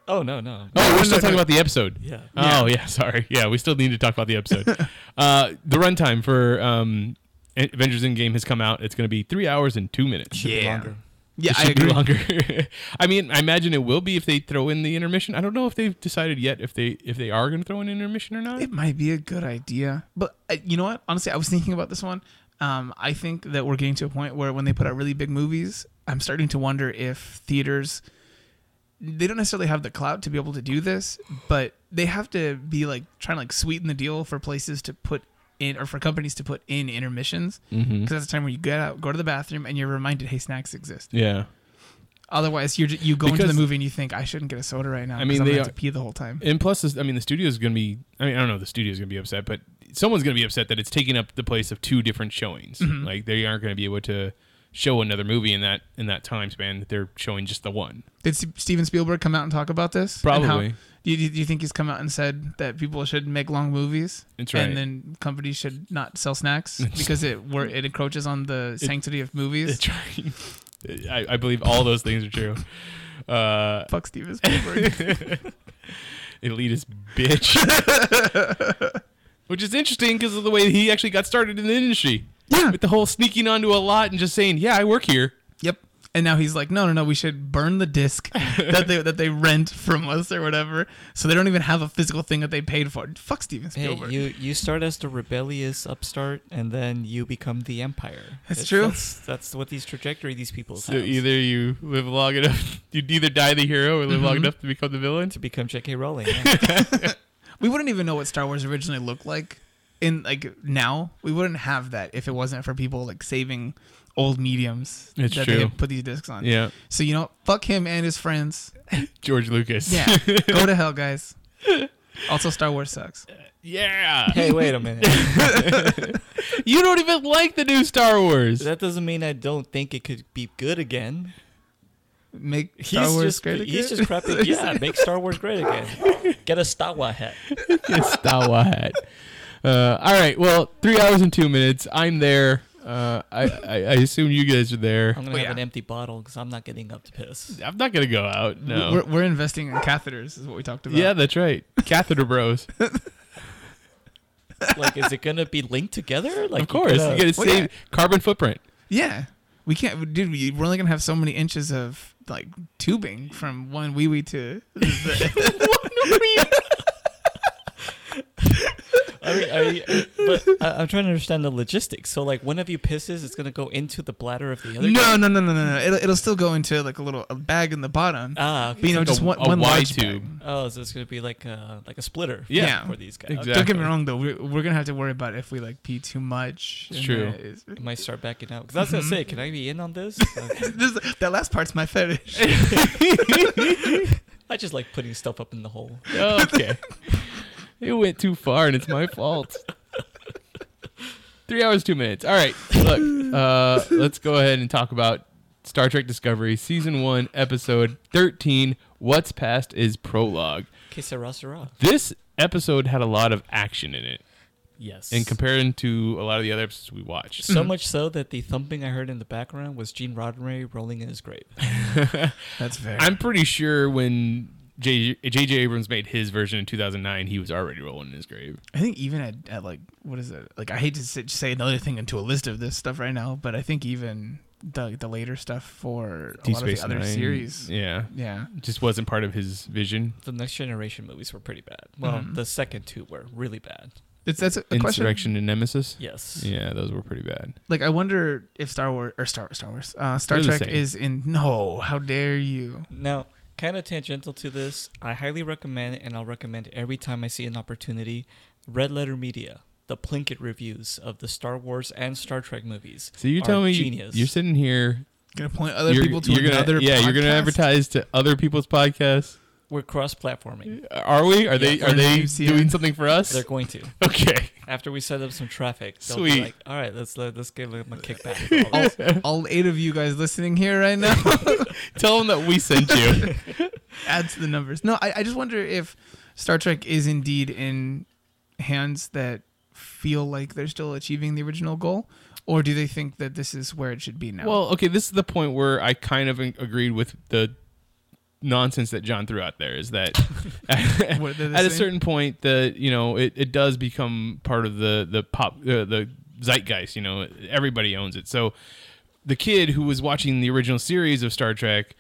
S2: oh no no
S4: Oh, we're still talking about the episode.
S2: yeah
S4: Oh yeah, sorry. Yeah, we still need to talk about the episode. uh, the runtime for um, A- Avengers Endgame has come out. It's going to be three hours and two minutes.
S2: Should be
S5: Yeah.
S2: longer.
S5: Yeah,
S4: It
S5: I
S4: should be
S5: agree.
S4: longer. I mean, I imagine it will be if they throw in the intermission. I don't know if they've decided yet if they if they are going to throw in intermission or not.
S5: It might be a good idea, but uh, you know what? Honestly, I was thinking about this one. Um, I think that we're getting to a point where when they put out really big movies, I'm starting to wonder if theaters they don't necessarily have the clout to be able to do this, but they have to be like trying to like sweeten the deal for places to put in or for companies to put in
S4: Mm-hmm. Hmm.
S5: intermissions because that's the time where you get out, go to the bathroom, and you're reminded, hey, snacks exist.
S4: Yeah.
S5: Otherwise, you're ju- you go into
S4: Because-
S5: the movie and you think I shouldn't get a soda right now.
S4: I mean,
S5: 'cause I'm
S4: they
S5: gonna have
S4: are-
S5: to pee the whole time.
S4: And plus, this- I mean, the studio's going to be, I mean, I don't know if the studio's going to be upset, but someone's going to be upset that it's taking up the place of two different showings. Like, they aren't going to be able to show another movie in that in that time span that they're showing just the one.
S5: Did S- Steven Spielberg come out and talk about this? And how-
S4: Probably.
S5: do, you, do you think he's come out and said that people should make long movies?
S4: That's right.
S5: And then companies should not sell snacks because it were it encroaches on the sanctity of movies.
S4: That's right. I, I believe all those things are true. Uh,
S5: Fuck Steven Spielberg.
S4: elitist bitch. Which is interesting because of the way he actually got started in the industry.
S5: yeah.
S4: With the whole sneaking onto a lot and just saying, yeah, I work here.
S5: Yep. And now he's like, no, no, no. We should burn the disc that they that they rent from us or whatever. So they don't even have a physical thing that they paid for. Fuck Steven
S2: Hey,
S5: Spielberg.
S2: you, you start as the rebellious upstart, and then you become the empire.
S5: That's true.
S2: That's, that's what these trajectory these people
S4: So
S2: have.
S4: either you live long enough, you either die the hero or live long enough to become the villain.
S2: to become J.K. Rowling. yeah.
S5: we wouldn't even know what Star Wars originally looked like in like now. We wouldn't have that if it wasn't for people like saving old mediums
S4: It's
S5: that
S4: true.
S5: they had put these discs on.
S4: Yeah.
S5: So you know, fuck him and his friends.
S4: George Lucas.
S5: Yeah. Go to hell, guys. Also Star Wars sucks.
S4: yeah.
S2: hey, wait a minute.
S4: You don't even like the new Star Wars.
S2: That doesn't mean I don't think it could be good again.
S5: Make
S2: He's
S5: Star Wars
S2: just
S5: great
S2: he's
S5: again.
S2: just crapping. yeah, make Star Wars great again. Get a Stawa hat.
S4: It's Star Wars. Uh, all right. Well, three hours and two minutes. I'm there. Uh, I, I, I assume you guys are there.
S2: I'm gonna
S5: Well,
S2: have an
S5: Oh, yeah.
S2: empty bottle because I'm not getting up to piss.
S4: I'm not gonna go out. No.
S5: We're, we're investing in catheters, is what we talked about.
S4: yeah, that's right. Catheter Bros.
S2: Like, is it gonna be linked together? Like,
S4: of course, you
S2: gotta-
S4: gotta
S5: Well,
S4: save
S5: yeah.
S4: carbon footprint.
S5: Yeah. We can't, dude. We, we're only gonna have so many inches of like tubing from one wee wee to
S2: I mean, I, but I, I'm trying to understand the logistics. So, like, one of you pisses, it's gonna go into the bladder of the other. guy?
S5: No, no, no, no, no, no. It'll, it'll still go into like a little a bag in the bottom.
S2: Ah,
S5: but you
S2: okay.
S5: know,
S4: like
S5: just
S4: a-
S5: one,
S4: a
S5: one
S4: Y
S5: large
S4: tube.
S5: bag.
S2: Oh, so it's gonna be like a like a splitter. for-
S4: Yeah.
S2: For these guys,
S4: Exactly.
S5: Don't get me wrong though. We're, we're gonna have to worry about if we like pee too much.
S4: It's
S5: and uh,
S4: true.
S5: that is-
S2: Okay. I might start backing out because I was gonna say, can I be in on this? Like,
S5: This- that last part's my fetish.
S2: I just like putting stuff up in the hole.
S4: Oh, okay. it went too far, and it's my fault. Three hours, two minutes. All right, look. Uh, let's go ahead and talk about Star Trek Discovery, season one, episode thirteen. What's past is prologue.
S2: Que sera, sera.
S4: This episode had a lot of action in it,
S2: Yes.
S4: in Hmm. comparison to a lot of the other episodes we watched.
S2: So much so that the thumping I heard in the background was Gene Roddenberry rolling in his grave.
S5: That's fair.
S4: I'm pretty sure when J- J.J. Abrams made his version in 2009, he was already rolling in his grave.
S5: I think even at, at like what is it? Like I hate to sit, say another thing into a list of this stuff right now, but I think even the the later stuff for a
S4: Deep
S5: lot of the
S4: Space
S5: other
S4: Nine,
S5: series. Yeah.
S4: Yeah. Just wasn't part of his vision.
S2: The Next Generation movies were pretty bad. Well, the second two were really bad.
S5: It's that's a, a question.
S4: Insurrection and Nemesis.
S2: Yes.
S4: Yeah, those were pretty bad.
S5: Like I wonder if Star Wars or Star Star Wars uh, Star
S4: They're the
S5: Trek
S4: same.
S5: is in. No, how dare you?
S2: Now, kind of tangential to this, I highly recommend, and I'll recommend every time I see an opportunity, Red Letter Media. The Plinkett reviews of the Star Wars and Star Trek movies.
S4: So you're
S2: are
S4: telling me you-
S2: genius.
S4: you're sitting here.
S5: Gonna point other
S4: you're,
S5: people to
S4: you're
S5: another.
S4: gonna, yeah, you're gonna
S5: podcast?
S4: advertise to other people's podcasts.
S2: we're cross-platforming.
S4: Are we? Are they?
S5: Yeah,
S4: Are
S5: we're
S4: they
S5: new CN.
S4: doing something for us?
S2: They're going to.
S4: okay.
S2: After we set up some traffic, they'll
S4: Sweet.
S2: be like, "All right, let's let, let's give them a kickback." All this.
S5: all eight of you guys listening here right now
S4: Tell them that we sent you.
S5: add to the numbers no I, I just wonder if star trek is indeed in hands that feel like they're still achieving the original goal or do they think that this is where it should be now
S4: well, okay. This is the point where I kind of ag- agreed with the nonsense that John threw out there. Is that
S5: What, they're the
S4: at a
S5: same?
S4: certain point that you know it, it does become part of the the pop uh, the zeitgeist you know everybody owns it so the kid who was watching the original series of star trek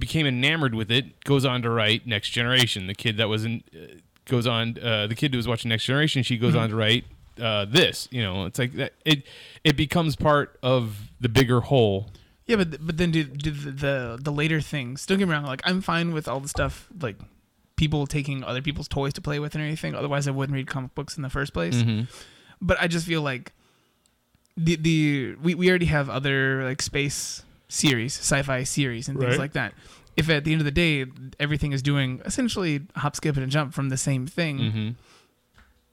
S4: became enamored with it goes on to write next generation the kid that was in uh, goes on uh, the kid who was watching next generation she goes on
S5: Mm-hmm.
S4: to write uh, this you know it's like that it it becomes part of the bigger whole
S5: yeah but but then do, do the, the the later things don't get me wrong like i'm fine with all the stuff like people taking other people's toys to play with and everything otherwise i wouldn't read comic books in the first
S4: Mm-hmm.
S5: place but I just feel like the the we, we already have other like space series, sci-fi series, and things
S6: Right.
S5: like that. If at the end of the day everything is doing essentially hop, skip, and a jump from the same thing,
S4: Mm-hmm.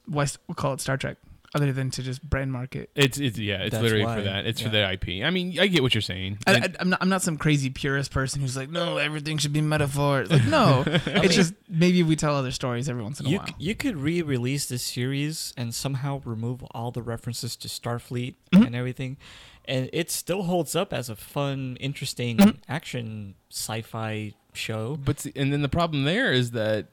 S5: why s- call it Star Trek? Other than to just brand market.
S4: It's it's yeah. It's
S6: That's
S4: literally
S6: why,
S4: for that. It's for
S6: yeah.
S4: the IP. I mean, I get what you're saying.
S5: I,
S4: And-
S5: I, I'm not. I'm not some crazy purist person who's like, no, everything should be metaphor. Like, no, it's just maybe we tell other stories every once in a
S2: You,
S5: while.
S2: c- you could re-release this series and somehow remove all the references to Starfleet
S5: Mm-hmm.
S2: and everything, and it still holds up as a fun, interesting
S5: Mm-hmm.
S2: action sci-fi show.
S4: But see, and then the problem there is that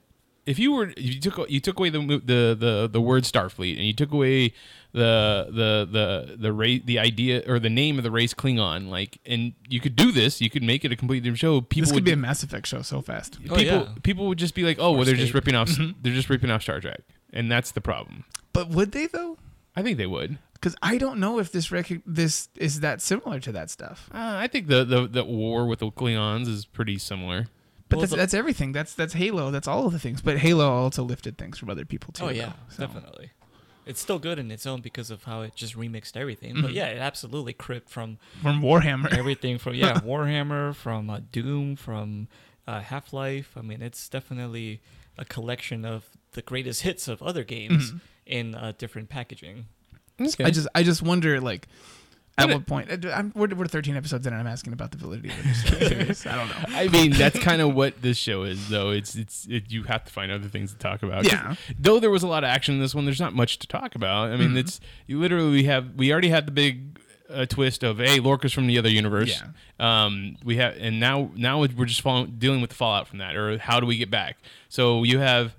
S4: if you were if you took you took away the mo- the the, the word Starfleet and you took away the the the the race the idea or the name of the race Klingon like and you could do this you could make it a completely different show people
S5: This could
S4: would
S5: be a Mass Effect show so fast.
S2: Oh,
S4: people
S2: yeah.
S4: people would just be like oh well they're just
S2: Escape.
S4: ripping off they're just ripping off Star Trek and that's the problem
S5: But would they though?
S4: I think they would
S5: Because I don't know if this rec- this is that similar to that stuff.
S4: uh, I think the, the the war with the Klingons is pretty similar
S5: But
S2: Well,
S5: that's,
S2: the-
S5: that's everything. That's that's Halo. That's all of the things. But Halo also lifted things from other people too.
S2: Oh yeah,
S5: though, so.
S2: definitely. It's still good in its own because of how it just remixed everything.
S5: Mm-hmm.
S2: But yeah, it absolutely cribbed from
S5: From Warhammer.
S2: everything from yeah Warhammer, from uh, Doom, from uh, Half Life. I mean, it's definitely a collection of the greatest hits of other games
S5: Mm-hmm.
S2: in uh, different packaging.
S5: I just I just wonder like. At
S4: But it-
S5: what point? uh, I'm, we're, we're 13 episodes in, and I'm asking about the validity of this series. I don't know.
S4: I mean, that's kind of what this show is, though. It's it's it, you have to find other things to talk about. 'Cause
S5: Yeah.
S4: Though there was a lot of action in this one, there's not much to talk about. I mean, it's you literally we have we already had the big uh, twist of hey, Lorca's from the other universe. Um, we have and now now we're just following, dealing with the fallout from that, or how do we get back? So you have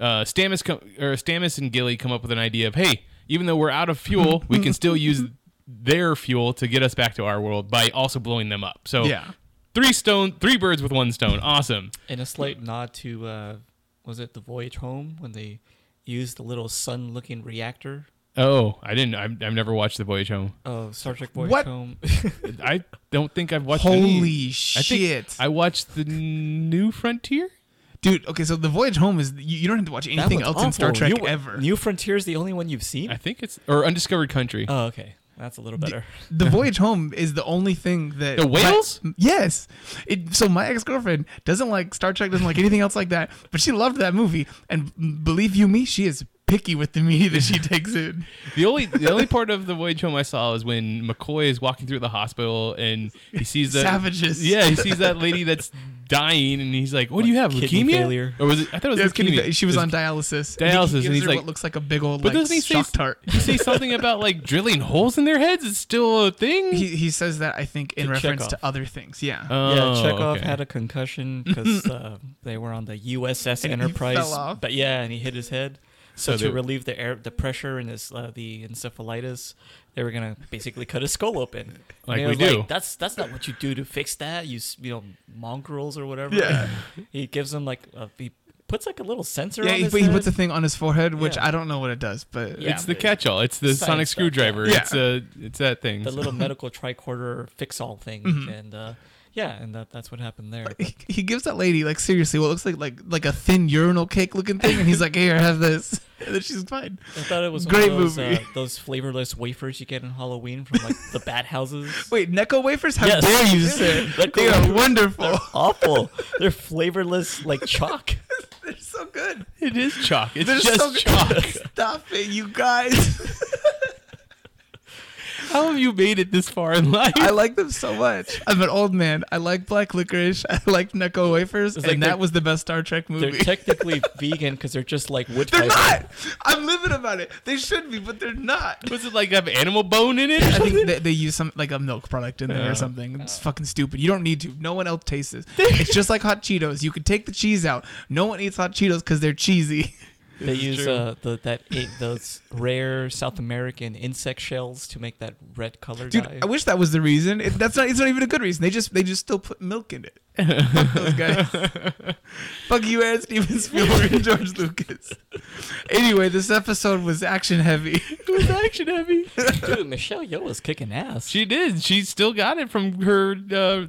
S4: uh, Stamus co- or Stamus and Gilly come up with an idea of hey, even though we're out of fuel, we can still use their fuel to get us back to our world by also blowing them up. So
S5: Yeah.
S4: three stone, three birds with one stone. Awesome.
S2: And a slight nod to uh, was it the Voyage Home when they used the little sun-looking reactor?
S4: Oh, I didn't. I've, I've never watched The Voyage Home.
S2: Oh, Star Trek Voyage
S5: What?
S2: Home.
S4: I don't think I've watched. any.
S5: Holy
S4: I think
S5: shit,
S4: I watched the New Frontier.
S5: dude! Okay, so the voyage home is you, you don't have to watch
S2: That
S5: anything
S2: was
S5: else in Star
S2: awful.
S5: Trek
S2: New,
S5: ever.
S2: New Frontier's the only one you've seen.
S4: I think it's or Undiscovered Country.
S5: Uh.
S2: oh, okay, that's a little better.
S5: the voyage home is the only thing that
S4: The whales?
S5: My- yes. It, so my ex girlfriend doesn't like Star Trek, doesn't like anything else like that, but she loved that movie. And believe you me, she is picky with the media that she takes in.
S4: The only the only part of the Voyage Home I saw is when McCoy is walking through the hospital and he sees the
S5: Savages.
S4: Yeah, he sees that lady that's dying and he's like, "What do you have?
S2: kidney
S4: Leukemia?
S2: failure.
S4: Or was it? I thought it was
S5: Yes, can
S4: leukemia.
S5: you- she was
S4: It
S5: on dialysis.
S4: dialysis,
S5: he gives
S4: and he's
S5: her
S4: like-
S5: what looks like a big old
S4: But
S5: like
S4: doesn't he say
S5: shock tart.
S4: You say something about like drilling holes in their heads? It's still a thing.
S5: He, he says that I think in
S2: To
S5: reference
S2: Chekhov.
S5: to other things. Yeah.
S4: Oh,
S2: yeah, Chekhov
S4: okay.
S2: had a concussion because uh, they were on the USS
S5: And he
S2: Enterprise.
S5: fell off.
S2: But yeah, and he hit his head. So,
S4: So
S2: to
S4: they-
S2: relieve the air, the pressure and his uh, the encephalitis, they were gonna basically cut his skull open. And
S4: Like
S2: they
S4: we
S2: was
S4: do.
S2: that's that's not what you do to fix that. You s- you know mongrels or whatever.
S5: Yeah.
S2: he gives him like a, he puts like a little sensor.
S5: yeah,
S2: on
S5: he,
S2: his
S5: but he
S2: head.
S5: puts a thing on his forehead, which
S2: Yeah.
S5: I don't know what it does, but
S2: Yeah.
S4: It's the catch-all. It's the
S2: Science
S4: sonic
S2: stuff,
S4: screwdriver.
S5: yeah.
S4: It's a it's that thing.
S2: the little medical tricorder fix-all thing,
S5: Mm-hmm.
S2: and uh, yeah, and that, that's what happened there. But
S5: he, he gives that lady like seriously what looks like like like a thin urinal cake looking thing, and he's like, "Here, have this." And then she's fine.
S2: I thought it was
S5: Great
S2: one of those,
S5: movie.
S2: Uh, those flavorless wafers you get in Halloween from like the bat houses.
S5: Wait, Necco wafers? How
S2: Yes.
S5: dare you, sir?
S2: Necco
S5: they are
S2: wafers.
S5: wonderful.
S2: Awful. They're flavorless like chalk.
S5: They're so good.
S4: it is chalk. It's
S5: They're
S4: just
S5: so good.
S4: chalk.
S5: Stop it, you guys.
S4: How have you made it this far in life?
S5: I like them so much. I'm an old man. I like black licorice. I like Necco wafers,
S2: It's
S5: and
S2: like they're-
S5: that was the best Star Trek
S2: They're
S5: movie.
S2: technically vegan because they're just like wood
S5: they're
S2: fiber.
S5: not. I'm livid about it. They should be, but they're not.
S4: Was it like have animal bone in it?
S5: I think they, they use some like a milk product in there or something. It's fucking stupid. You don't need to. No one else tastes this. it's just like hot Cheetos. You can take the cheese out. No one eats hot Cheetos because they're cheesy.
S2: They use uh, the, that eight, those rare South American insect shells to make that red color
S5: Dude,
S2: dye.
S5: I wish that was the reason. It, that's not. It's not even a good reason. They just they just still put milk in it. Fuck those guys. Fuck you, Aaron Steven Spielberg and George Lucas. Anyway, this episode was action heavy.
S4: it was action heavy.
S2: Dude, Michelle Yeoh was kicking ass.
S4: She did. She still got it from her uh,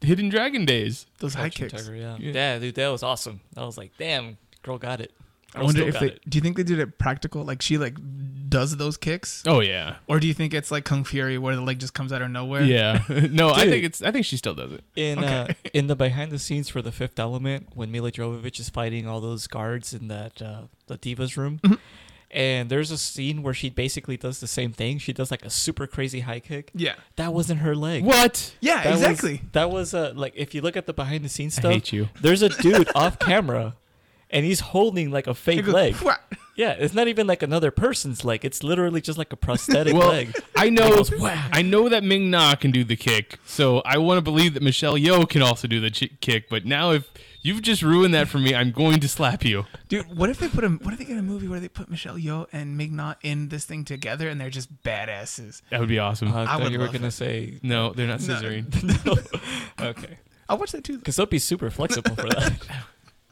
S4: hidden dragon days.
S5: Those high
S2: Fortune
S5: kicks.
S2: Tucker, yeah. yeah, dude, that was awesome. I was like, damn, girl got it.
S5: I
S4: I'll
S5: wonder
S4: still
S5: if
S4: got
S5: they
S4: it.
S5: do you think they did it practical? Like she like does those kicks?
S4: Oh yeah,
S5: Or do you think it's like Kung Fury where the leg just comes out of nowhere?
S4: yeah. no, I
S2: Dude.
S4: think it's. I think she still does it.
S2: In uh, in the behind the scenes for the Fifth Element, when Mila Jovovich is fighting all those guards in that uh, the divas room,
S5: Mm-hmm.
S2: and there's a scene where she basically does the same thing. She does like a super crazy high kick.
S5: Yeah.
S2: That wasn't her leg.
S4: What?
S5: Yeah,
S2: That was-
S5: exactly.
S2: that was uh, like if you look at the behind the scenes
S4: I
S2: stuff.
S4: hate you.
S2: There's a dude off camera, and he's holding like a
S5: It
S2: fake
S5: goes,
S2: leg.
S5: "Wha-"
S2: Yeah, it's not even like another person's leg. It's literally just like a prosthetic
S4: Well,
S2: leg.
S4: I know.
S2: goes, "Whack."
S4: I know that Ming Na can do the kick, so I want to believe that Michelle Yeoh can also do the chi- kick. But now, if you've just ruined that for me, I'm going to slap you.
S5: Dude, what if they put a what if they get a movie where they put Michelle Yeoh and Mignon in this thing together and they're just badasses?
S4: That would be awesome.
S2: Uh, I, thought
S5: would
S2: you were
S5: love
S2: gonna say
S4: no, they're not scissoring.
S2: no. Okay,
S5: I'll watch that too.
S2: because they'll be super flexible for that.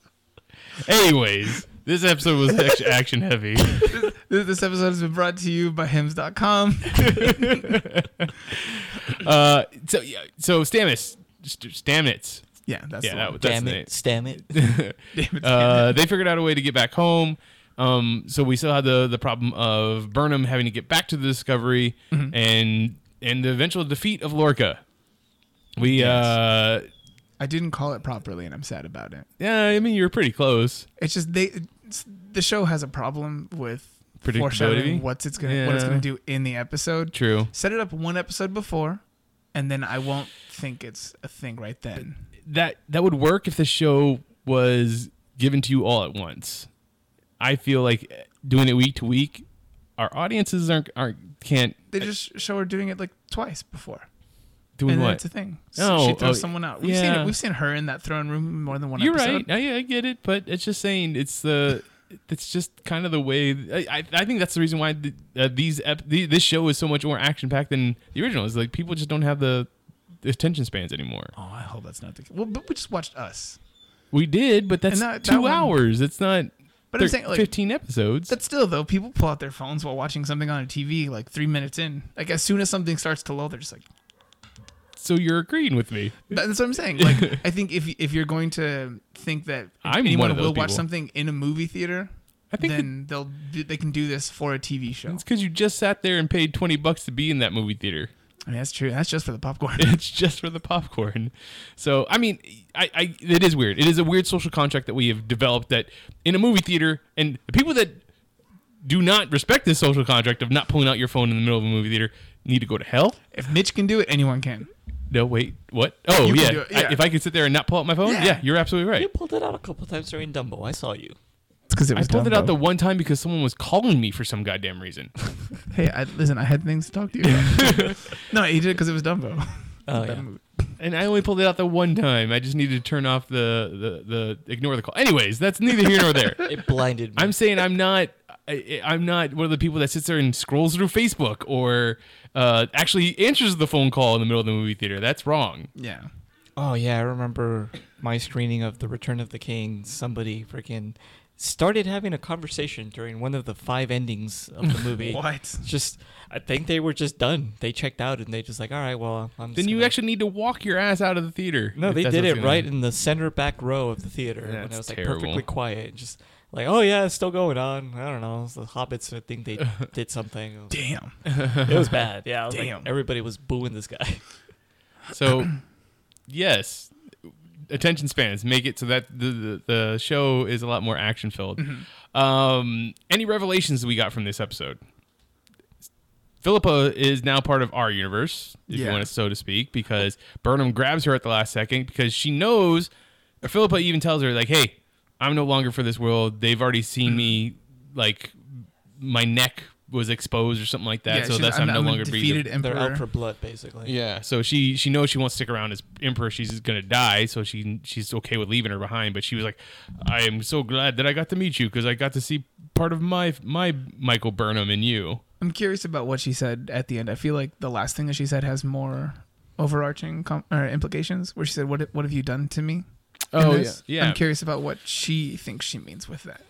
S4: Anyways, this episode was act- action heavy.
S5: This this episode has been brought to you by hymns.com.
S4: Uh, so yeah, so Stamets, St- Stamets.
S5: Yeah, that's
S4: Yeah,
S5: the
S4: that
S5: one.
S4: was that's
S2: damn
S4: the
S2: it, damn it.
S5: Damn it.
S4: uh, they figured out a way to get back home. Um, so we still had the the problem of Burnham having to get back to the Discovery
S5: Mm-hmm.
S4: and and the eventual defeat of Lorca. We uh
S5: I didn't call it properly and I'm sad about it.
S4: yeah, I mean you were pretty close.
S5: It's just they it's, the show has a problem with
S4: Predictability?
S5: foreshadowing what's it's gonna what it's
S4: Yeah.
S5: gonna do in the episode.
S4: True.
S5: Set it up one episode before, and then I won't think it's a thing right then.
S4: That that would work if the show was given to you all at once. I feel like eh, doing it week to week, our audiences aren't aren't can't
S5: They just show her doing it like twice before,
S4: doing
S5: and then
S4: what.
S5: it's a thing.
S4: Oh,
S5: she throws
S4: oh,
S5: someone out. We've seen
S4: yeah.
S5: it. We've seen her in that throne room more than one.
S4: You're
S5: episode.
S4: right. I, I get it, but it's just saying it's the it's just kind of the way. I, I- I think that's the reason why the, uh, these, ep- the this show is so much more action packed than the original. Is like people just don't have the the attention spans anymore.
S5: Oh, I hope that's not the case. Well, but we just watched us.
S4: We did, but that's
S5: And that- that
S4: two
S5: one-
S4: hours. It's not.
S5: But I'm
S4: thir-
S5: saying, like-
S4: fifteen episodes.
S5: But still, though, people pull out their phones while watching something on a TV like three minutes in. Like as soon as something starts to lull, they're just like,
S4: so you're agreeing with me.
S5: That's what I'm saying. Like, I think if if you're going to think that
S4: I'm
S5: anyone
S4: one of those
S5: will watch
S4: people.
S5: something in a movie theater,
S4: I think
S5: then they'll do- they can do this for a TV show.
S4: it's because you just sat there and paid twenty bucks to be in that movie theater.
S5: I mean, that's true. That's just for the popcorn.
S4: it's just for the popcorn. So I mean, I, I it is weird. It is a weird social contract that we have developed that in a movie theater and the people that do not respect this social contract of not pulling out your phone in the middle of a movie theater need to go to hell.
S5: if Mitch can do it, anyone can.
S4: No, wait, what? Oh
S5: You can
S4: yeah,
S5: do it,
S4: I-
S5: yeah.
S4: if I could sit there and not pull out my phone, yeah,
S5: Yeah.
S4: you're absolutely right.
S2: You pulled it out a couple times during Dumbo. I saw you.
S5: It's because it
S4: I
S5: was
S4: pulled it out the
S5: Dumbo.
S4: one time because someone was calling me for some goddamn reason.
S5: Hey, I, listen, I had things to talk to you. about. no, he did it because it was Dumbo.
S2: Oh
S5: That
S2: yeah.
S5: movie.
S4: And I only pulled it out the one time. I just needed to turn off the, the, the ignore the call. Anyways, that's neither here nor there.
S2: It blinded me.
S4: I'm saying I'm not. I, I'm not one of the people that sits there and scrolls through Facebook or uh, actually answers the phone call in the middle of the movie theater. That's wrong.
S5: Yeah.
S2: Oh yeah, I remember my screening of The Return of the King. Somebody freaking started having a conversation during one of the five endings of the movie.
S5: What?
S2: Just, I think they were just done. They checked out and they just like, all right, well, I'm. just
S4: Then you
S2: gonna-"
S4: actually need to walk your ass out of the theater.
S2: No,
S4: if
S2: they
S4: that's
S2: did
S4: what's
S2: it
S4: gonna-
S2: right in the center back row of the theater when it
S4: That's
S2: was like
S4: terrible.
S2: perfectly quiet, just like, oh yeah, it's still going on. I don't know, it's the Hobbits. I think they did something. It was-
S5: Damn.
S2: It was, bad. Yeah, I was like,
S5: Damn.
S2: everybody was booing this guy.
S4: So, yes, attention spans make it so that the the, the show is a lot more action filled.
S5: Mm-hmm.
S4: Um, any revelations we got from this episode? Philippa is now part of our universe, if you
S5: Yeah.
S4: want to so to speak, because Burnham grabs her at the last second because she knows, or Philippa even tells her like, "Hey, I'm no longer for this world. They've already
S5: Mm-hmm.
S4: seen me. Like, my neck was exposed or something like that.
S5: yeah,
S4: so
S5: she's-
S4: that's I'm,
S5: a
S4: no longer breathing.
S5: defeated emperor.
S2: They're out for blood, basically.
S4: Yeah, so she she knows she won't stick around as emperor. She's gonna die, so she she's okay with leaving her behind. But she was like, "I am so glad that I got to meet you because I got to see part of my my Michael Burnham in you."
S5: I'm curious about what she said at the end. I feel like the last thing that she said has more overarching com- or implications, where she said, "What what have you done to me?" in this.
S4: Oh, yeah.
S5: I'm curious about what she thinks she means with that.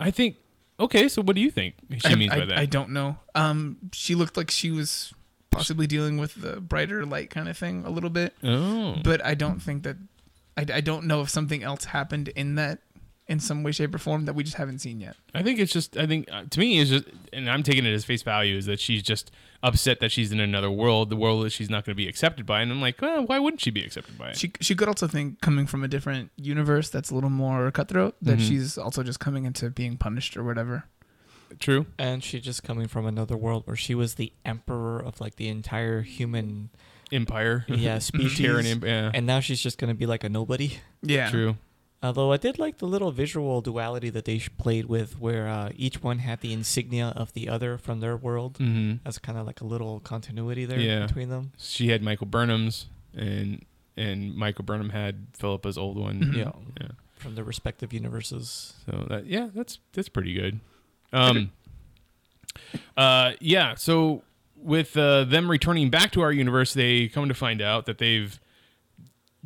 S4: I think. Okay, so what do you think she
S5: I,
S4: means
S5: I,
S4: by that?
S5: I don't know. Um, she looked like she was possibly dealing with the brighter light kind of thing a little bit,
S4: oh,
S5: but I don't think that. I, I don't know if something else happened in that in some way, shape, or form that we just haven't seen yet.
S4: I think it's just. I think uh, to me it's just, and I'm taking it as face value is that she's just upset that she's in another world, the world that she's not going to be accepted by. And I'm like, well, why wouldn't she be accepted by it?
S5: She she could also think coming from a different universe that's a little more cutthroat that she's also just coming into being punished or whatever.
S4: True.
S2: And she just coming from another world where she was the emperor of like the entire human
S4: Empire.
S2: yeah species,
S4: Terran. Imp- yeah.
S2: and now she's just gonna be like a nobody.
S5: Yeah,
S4: True.
S2: Although I did like the little visual duality that they sh- played with, where uh, each one had the insignia of the other from their world.
S4: hmm
S2: That's kind of like a little continuity there
S4: Yeah.
S2: between them.
S4: She had Michael Burnham's, and and Michael Burnham had Philippa's old one.
S5: Mhm.
S2: Yeah,
S4: Yeah.
S2: from their respective universes.
S4: So that yeah, that's that's pretty good. Um uh yeah, so with uh, them returning back to our universe, they come to find out that they've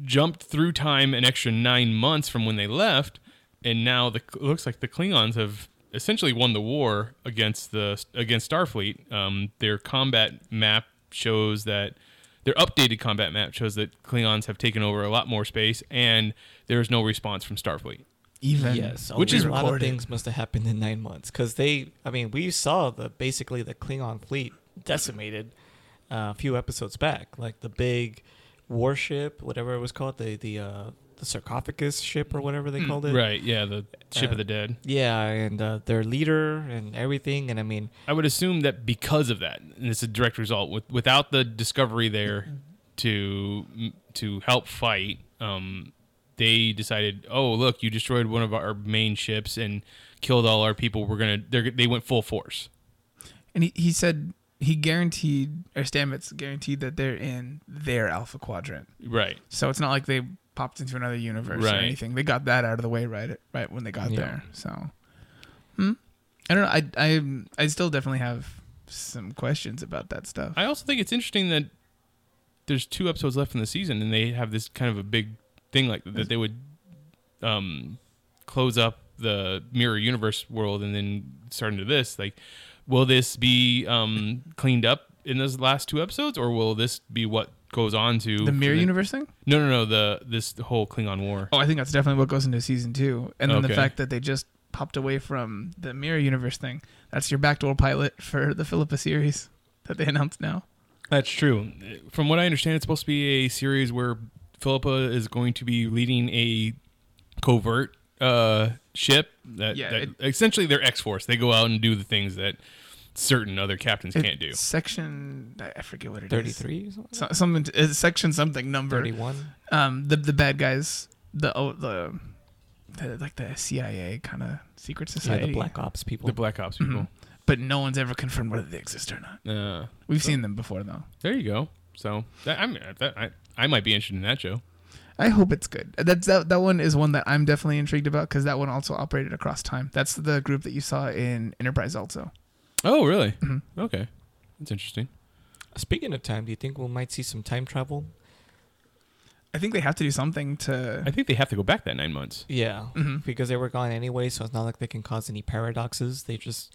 S4: jumped through time an extra 9 months from when they left and now the it looks like the Klingons have essentially won the war against the against Starfleet. Um, their combat map shows that their updated combat map shows that Klingons have taken over a lot more space and there's no response from Starfleet.
S5: even
S2: yes,
S4: Which
S2: which
S4: is
S2: is a lot of
S5: recorded.
S2: things must have happened in nine months because they. I mean, we saw the basically the Klingon fleet decimated uh, a few episodes back, like the big warship, whatever it was called, the the uh, the sarcophagus ship or whatever they called it.
S4: Hmm. Right, yeah, the ship
S2: Uh,
S4: of the dead.
S2: Yeah, and uh, their leader and everything, and I mean,
S4: Uh, I would assume that because of that, and it's a direct result with without the discovery there to to help fight, um, they decided, oh look, you destroyed one of our main ships and killed all our people. We're gonna they're, they went full force.
S5: And he, he said he guaranteed or Stamets guaranteed that they're in their Alpha Quadrant,
S4: Right.
S5: so it's not like they popped into another universe or
S4: Right.
S5: anything. They got that out of the way right right when they got
S2: Yeah.
S5: there. So, hmm. I don't know. I I I still definitely have some questions about that stuff.
S4: I also think it's interesting that there's two episodes left in the season, and they have this kind of a big thing like that they would um, close up the mirror universe world, and then start into this. Like, will this be um, cleaned up in those last two episodes, or will this be what goes on to
S5: the mirror
S4: for
S5: universe thing.
S4: No, no, no. The this whole Klingon war.
S5: Oh, I think that's definitely what goes into season two. And then
S4: Okay.
S5: the fact that they just popped away from the Mirror Universe thing. That's your backdoor pilot for the Philippa series that they announced now.
S4: That's true. From what I understand, it's supposed to be a series where Philippa is going to be leading a covert uh, ship. That,
S5: Yeah,
S4: that
S5: it-
S4: essentially they're X Force. They go out and do the things that certain other captains can't do.
S5: It's Section, I I forget what it is.
S2: thirty-three,
S5: So, something, to- it's section something number.
S2: thirty-one.
S5: Um, the, the bad guys, the, oh, the, the, like the CIA kind of secret
S2: Yeah,
S5: society.
S2: the Black Ops people.
S4: The Black Ops people.
S5: But no one's ever confirmed whether they exist or not.
S4: Uh,
S5: We've seen them before though.
S4: there you go. So that, I'm, that, I I might be interested in that show.
S5: I hope it's good. That's that, that one is one that I'm definitely intrigued about because that one also operated across time. That's the group that you saw in Enterprise also.
S4: Oh, really?
S5: Mm-hmm.
S4: Okay, that's interesting.
S2: Speaking of time, do you think we might see some time travel?
S5: I think they have to do something to.
S4: I think they have to go back that nine months.
S2: Yeah,
S5: Mhm.
S2: because they were gone anyway, so it's not like they can cause any paradoxes. They just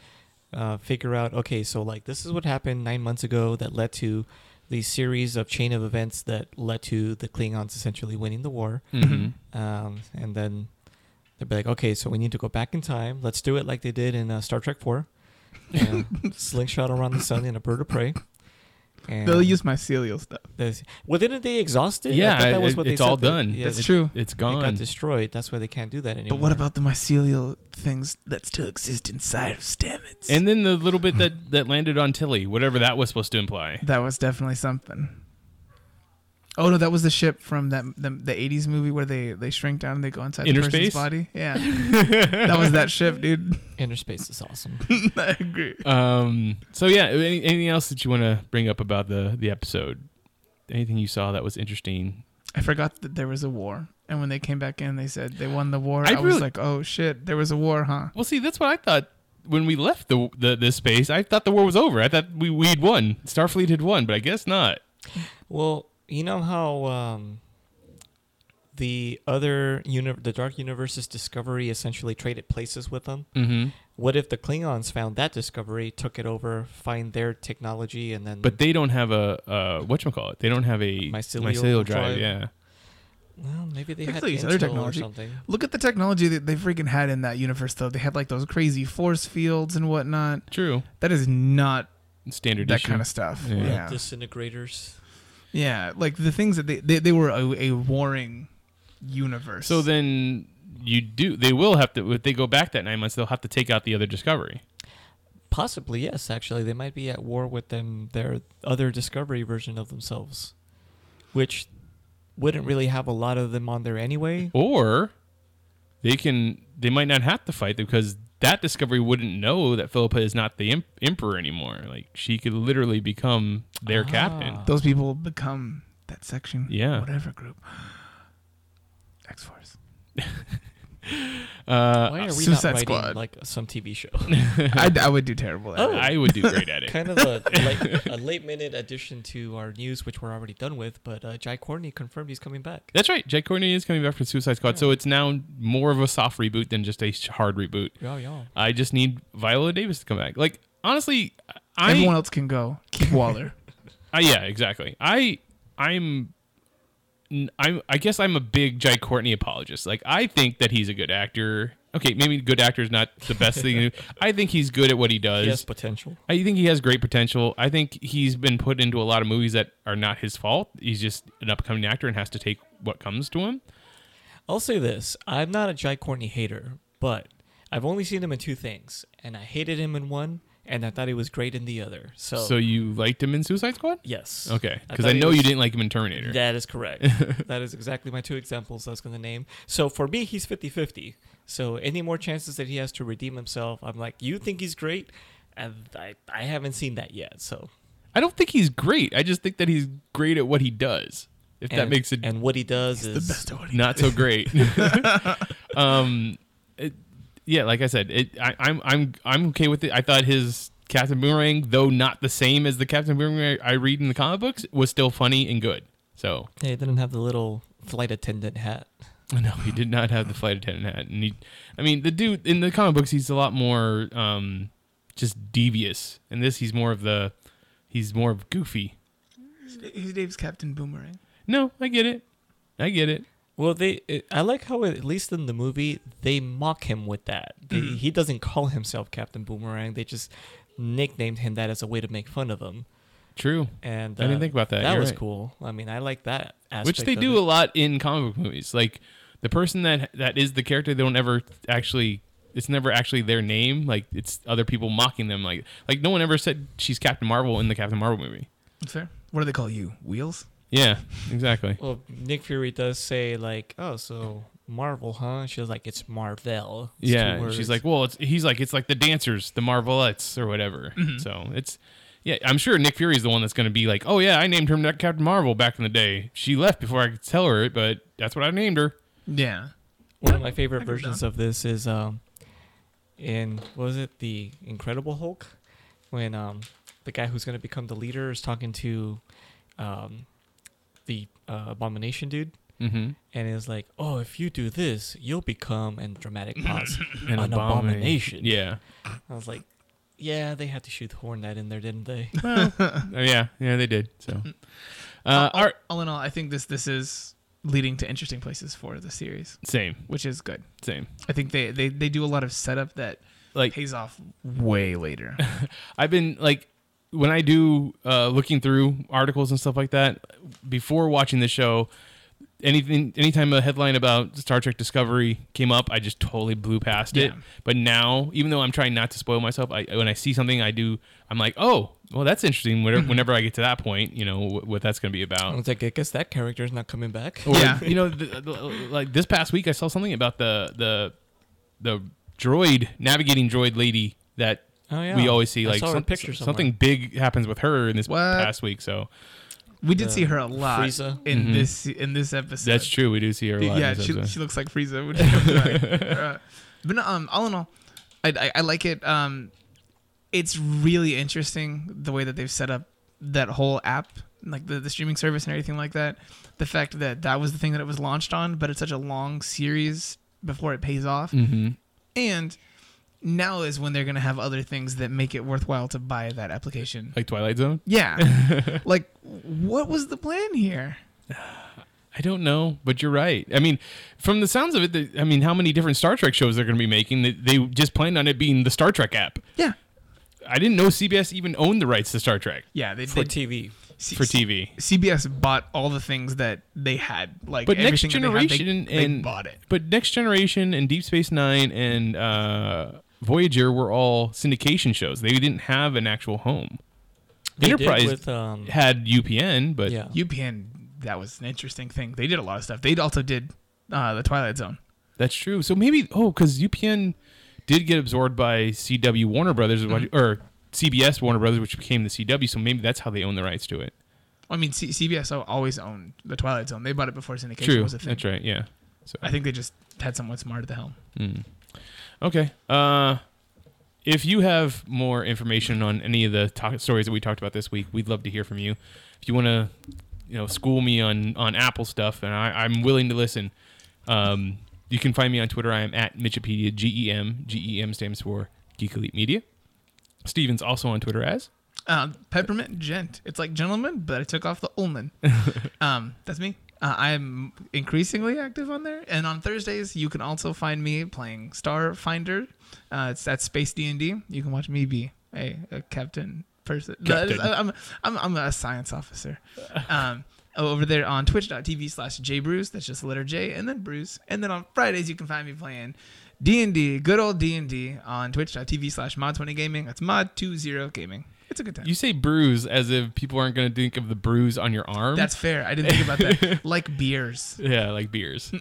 S2: uh, figure out, okay, so like this is what happened nine months ago that led to the series of chain of events that led to the Klingons essentially winning the war.
S4: Mm-hmm.
S2: Um, and then they'd be like, okay, so we need to go back in time. Let's do it like they did in uh, Star Trek 4. slingshot around the sun in a bird of prey. And
S5: They'll use mycelial stuff.
S2: this- well, didn't they exhaust it? I
S4: Yeah,
S2: thought that was
S4: it-
S2: what they
S4: it's all
S2: said. They-
S4: done.
S2: yeah,
S5: That's
S2: it-
S5: true.
S4: It's
S2: It got
S4: gone.
S2: destroyed. That's why they can't do that anymore.
S5: But what about the mycelial things that still exist inside of Stamets?
S4: And then the little bit that that landed on Tilly, whatever that was supposed to imply.
S5: that was definitely something. Oh no, that was the ship from that the, the '80s movie where they they shrink down and they go inside the
S4: Interspace?
S5: person's body. Yeah, that was that ship, dude.
S2: Inner space is awesome.
S5: I agree.
S4: Um. So yeah, any, anything else that you want to bring up about the the episode? Anything you saw that was interesting?
S5: I forgot that there was a war. And when they came back in, they said they won the war.
S4: I
S5: I,
S4: really-
S5: was like, oh shit, there was a war, huh?
S4: Well, see, that's what I thought when we left the, the this space. I thought the war was over. I thought we we'd won. Starfleet had won, but I guess not.
S2: well, you know how um, the other uni- the dark universe's discovery essentially traded places with them.
S4: Mm-hmm.
S2: What if the Klingons found that discovery, took it over, find their technology, and then
S4: But they don't have a uh, what you call it? They don't have a
S2: Mycelial
S4: drive.
S2: drive.
S4: Yeah.
S2: Well, maybe they
S5: They
S2: had
S5: could use
S2: Intel
S5: other
S2: or
S5: technology.
S2: something.
S5: Look at the technology that they freaking had in that universe, though. They had like those crazy force fields and whatnot.
S4: True.
S5: That is not
S4: Standard
S5: that
S4: issue.
S5: kind of stuff.
S4: Yeah.
S5: Yeah.
S2: Little
S5: yeah.
S2: Disintegrators.
S5: Like the things that they, they, they were a, a warring universe.
S4: so then you do. They will have to. If they go back that nine months, they'll have to take out the other discovery.
S2: Possibly, yes. Actually, they might be at war with them their other discovery version of themselves, which wouldn't really have a lot of them on there anyway.
S4: or they can they might not have to fight because that discovery wouldn't know that Philippa is not the imp- emperor anymore. Like she could literally become their captain.
S2: Ah.
S5: those people become that section.
S4: Yeah.
S5: Whatever group. X Force.
S4: Uh,
S2: Why are we
S5: Uh, Suicide
S2: not writing
S5: Squad.
S2: like some TV show?
S5: I, I would do terrible at
S2: Oh.
S5: it.
S4: I would do great at it.
S2: kind of a late, a late minute addition to our news, which we're already done with. But uh, Jai Courtney confirmed he's coming back.
S4: That's right. Jack Courtney is coming back for Suicide Squad, so it's now more of a soft reboot than just a sh- hard reboot.
S2: Yeah, yeah.
S4: I just need Viola Davis to come back. Like honestly, I
S5: Everyone else can go. Keep Waller.
S4: Uh, yeah, exactly. I I'm I'm I guess I'm a big Jai Courtney apologist. Like I think that he's a good actor. Okay, maybe good actor is not the best thing. to do. I think he's good at what he does.
S2: He has potential.
S4: I think he has great potential. I think he's been put into a lot of movies that are not his fault. He's just an upcoming actor and has to take what comes to him.
S2: I'll say this: I'm not a Jai Courtney hater, but I've only seen him in two things, and I hated him in one, and I thought he was great in the other. So,
S4: So you liked him in Suicide Squad?
S2: Oh. yes,
S4: Okay, because
S2: thought
S4: I,
S2: he
S4: know
S2: was-
S4: you didn't like him in Terminator.
S2: That is correct. that is exactly my two examples I was going to name. So for me, he's 50 50. So any more chances that he has to redeem himself, I'm like, you think he's great? And I, I haven't seen that yet. So
S4: I don't think he's great. I just think that he's great at what he does. If that
S2: and-
S4: makes it
S2: And what he does is.
S4: not so great. um, it- yeah, like I said, it, I, I'm I'm I'm okay with it. I thought his Captain Boomerang, though not the same as the Captain Boomerang I read in the comic books, was still funny and good. So
S2: Yeah, he didn't have the little flight attendant hat.
S4: no, he did not have the flight attendant hat, and he, I mean, the dude in the comic books, he's a lot more um, just devious. In this, he's more of the, he's more of goofy.
S5: Who's Dave's Captain Boomerang?
S4: No, I get it, I get it.
S2: Well, they. It, I like how, at least in the movie, they mock him with that. They,
S4: Mm.
S2: He doesn't call himself Captain Boomerang. They just nicknamed him that as a way to make fun of him.
S4: True.
S2: And uh,
S4: I didn't think about that.
S2: That
S4: You're
S2: was
S4: right.
S2: cool. I mean, I like that aspect.
S4: which they
S2: of
S4: do
S2: it.
S4: a lot in comic book movies. Like the person that that is the character, they don't ever actually. It's never actually their name. Like it's other people mocking them. Like like no one ever said she's Captain Marvel in the Captain Marvel movie.
S5: Fair. What do they call you? Wheels?
S4: Yeah, exactly.
S2: Well, Nick Fury does say like, "Oh, so Marvel, huh?" She was like, "It's Marvel." It's two
S4: yeah, and
S2: words.
S4: she's like, well, it's he's like it's like the dancers, the Marvelettes or whatever.
S2: Mm-hmm.
S4: So it's. Yeah, I'm sure Nick Fury's the one that's going to be like, "Oh yeah, I named her Captain Marvel back in the day. She left before I could tell her it, but that's what I named her."
S5: Yeah.
S2: One of my favorite
S5: I've heard
S2: versions of this is um, in what was it the Incredible Hulk, when um, the guy who's gonna become the leader is talking to, um, the uh, Abomination dude,
S4: Mm-hmm.
S2: and is like, "Oh, if you do this, you'll become," and dramatic pause,
S4: An
S2: an, abomination.
S4: Yeah,
S2: I was like, "Yeah, they had to shoehorn that in there, didn't they?"
S4: Uh, yeah, yeah, they did. So, uh,
S5: oh.
S4: all right,
S5: All in all, I think this this is leading to interesting places for the series,
S4: same,
S5: which is good.
S4: same.
S5: I think they, they, they do a lot of setup that
S4: Like
S5: pays off way later.
S4: I've been like when I do uh, looking through articles and stuff like that before watching the show. Anything, anytime a headline about Star Trek Discovery came up, I just totally blew past it.
S5: Yeah.
S4: But now, even though I'm trying not to spoil myself, I when I see something, I do. I'm like, oh, well, that's interesting. Whenever, whenever I get to that point, you know wh- what that's going to
S2: I
S4: be about.
S2: was like, "I guess that character is not coming back."
S4: Or,
S5: Yeah.
S4: you know, the, the, like this past week, I saw something about the the the droid navigating droid lady that
S2: Oh, yeah.
S4: we always see.
S2: I
S4: Like
S2: saw her
S4: some-
S2: picture somewhere.
S4: something big happens with her in this
S5: What?
S4: past week. So
S5: We did
S2: The
S5: see her a lot
S2: Frieza?
S5: in this in this episode.
S4: Mm-hmm. that's true. We do see her. A lot in
S5: yeah,
S4: this
S5: she,
S4: episode.
S5: she looks like Frieza. When she comes back. Uh, but no, um, all in all, I, I, I like it. Um, it's really interesting the way that they've set up that whole app, like the, the streaming service and everything like that. The fact that that was the thing that it was launched on, but it's such a long series before it pays off.
S4: Mhm.
S5: And now is when they're going to have other things that make it worthwhile to buy that application.
S4: Like Twilight Zone.
S5: Yeah. like, what was the plan here?
S4: I don't know, but you're right. I mean, from the sounds of it, the, I mean, how many different Star Trek shows they're going to be making? They, they just planned on it being the Star Trek app.
S5: Yeah.
S4: I didn't know CBS even owned the rights to Star Trek
S5: Yeah, they,
S6: for
S5: they
S6: TV.
S5: C-
S4: for TV.
S5: CBS bought all the things that they had, like
S4: But next
S5: everything that they had, they-
S4: generation and,
S5: they, bought it.
S4: But next generation and Deep Space Nine and uh, Voyager were all syndication shows. They didn't have an actual home.
S6: They did
S4: Enterprise
S6: with um,
S4: had UPN, but
S6: yeah.
S5: UPN, that was an interesting thing. They did a lot of stuff. They also did uh, the Twilight Zone.
S4: That's true. So maybe oh, because UPN did get absorbed by CW Warner Brothers
S6: Mm-hmm.
S4: or CBS Warner Brothers, which became the CW. So maybe that's how they own the rights to it.
S5: I mean, C- CBS al- always owned the Twilight Zone. They bought it before syndication
S4: True.
S5: was a thing.
S4: That's right. Yeah. So
S5: I think they just had someone smart at the helm.
S4: okay. Uh, if you have more information on any of the talk- stories that we talked about this week, we'd love to hear from you. If you want to, you know, school me on on Apple stuff, and I, I'm willing to listen. Um, you can find me on Twitter. I am at Mitchipedia. G E M. G E M stands for Geek Elite Media. Steven's also on Twitter as
S5: Um, peppermint gent. It's like gentleman, but I took off the Ullman. um, that's me. Uh, I'm increasingly active on there, and on Thursdays you can also find me playing Starfinder. Uh, it's at Space D and D. You can watch me be a, a captain person. That is-
S4: Captain.
S5: I'm, I'm I'm a science officer. Um, over there on twitch.tv slash jbrews. That's just the letter J and then Bruce. And then on Fridays you can find me playing D&D, good old D&D on twitch.tv slash mod20gaming. That's mod20gaming. It's a good time.
S4: You say bruise as if people aren't going to think of the bruise on your arm.
S5: That's fair. I didn't think about that. like beers.
S4: yeah, like beers.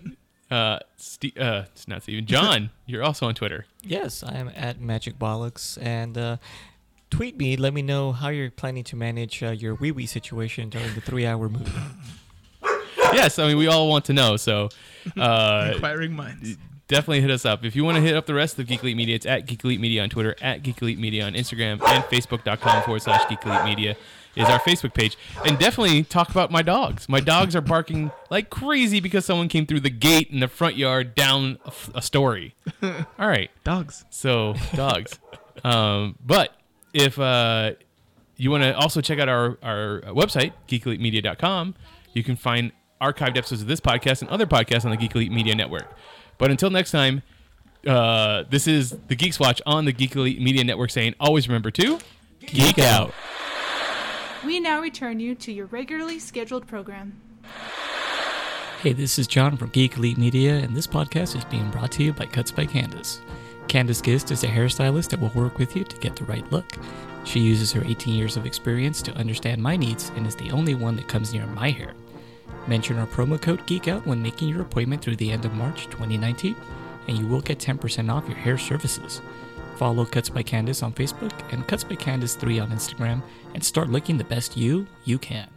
S4: uh, Ste- uh, it's not Steven. John, you're also on Twitter.
S6: Yes, I am at Magic Bollocks and uh, tweet me. Let me know how you're planning to manage uh, your wee wee situation during the three hour movie.
S4: Yes, I mean we all want to know. So, uh,
S5: Inquiring minds.
S4: definitely hit us up. If you want to hit up the rest of Geek Elite Media, it's at Geek Elite Media on Twitter, at Geek Elite Media on Instagram, and Facebook.com forward slash Geek Elite Media is our Facebook page. And definitely talk about my dogs. My dogs are barking like crazy because someone came through the gate in the front yard down a f- a story. All right.
S5: Dogs.
S4: So dogs. um, but if uh, you want to also check out our, our website, geekelitemedia.com, you can find archived episodes of this podcast and other podcasts on the Geek Elite Media Network. But until next time, uh, this is the Geeks Watch on the Geek Elite Media Network saying always remember to geek out.
S1: We now return you to your regularly scheduled program.
S2: Hey, this is John from Geek Elite Media, and this podcast is being brought to you by Cuts by Candace. Candace Gist is a hairstylist that will work with you to get the right look. She uses her 18 years of experience to understand my needs and is the only one that comes near my hair. Mention our promo code GEEKOUT when making your appointment through the end of March 2019, and you will get 10% off your hair services. Follow Cuts by Candace on Facebook and Cuts by Candace 3 on Instagram, and start looking the best you you can.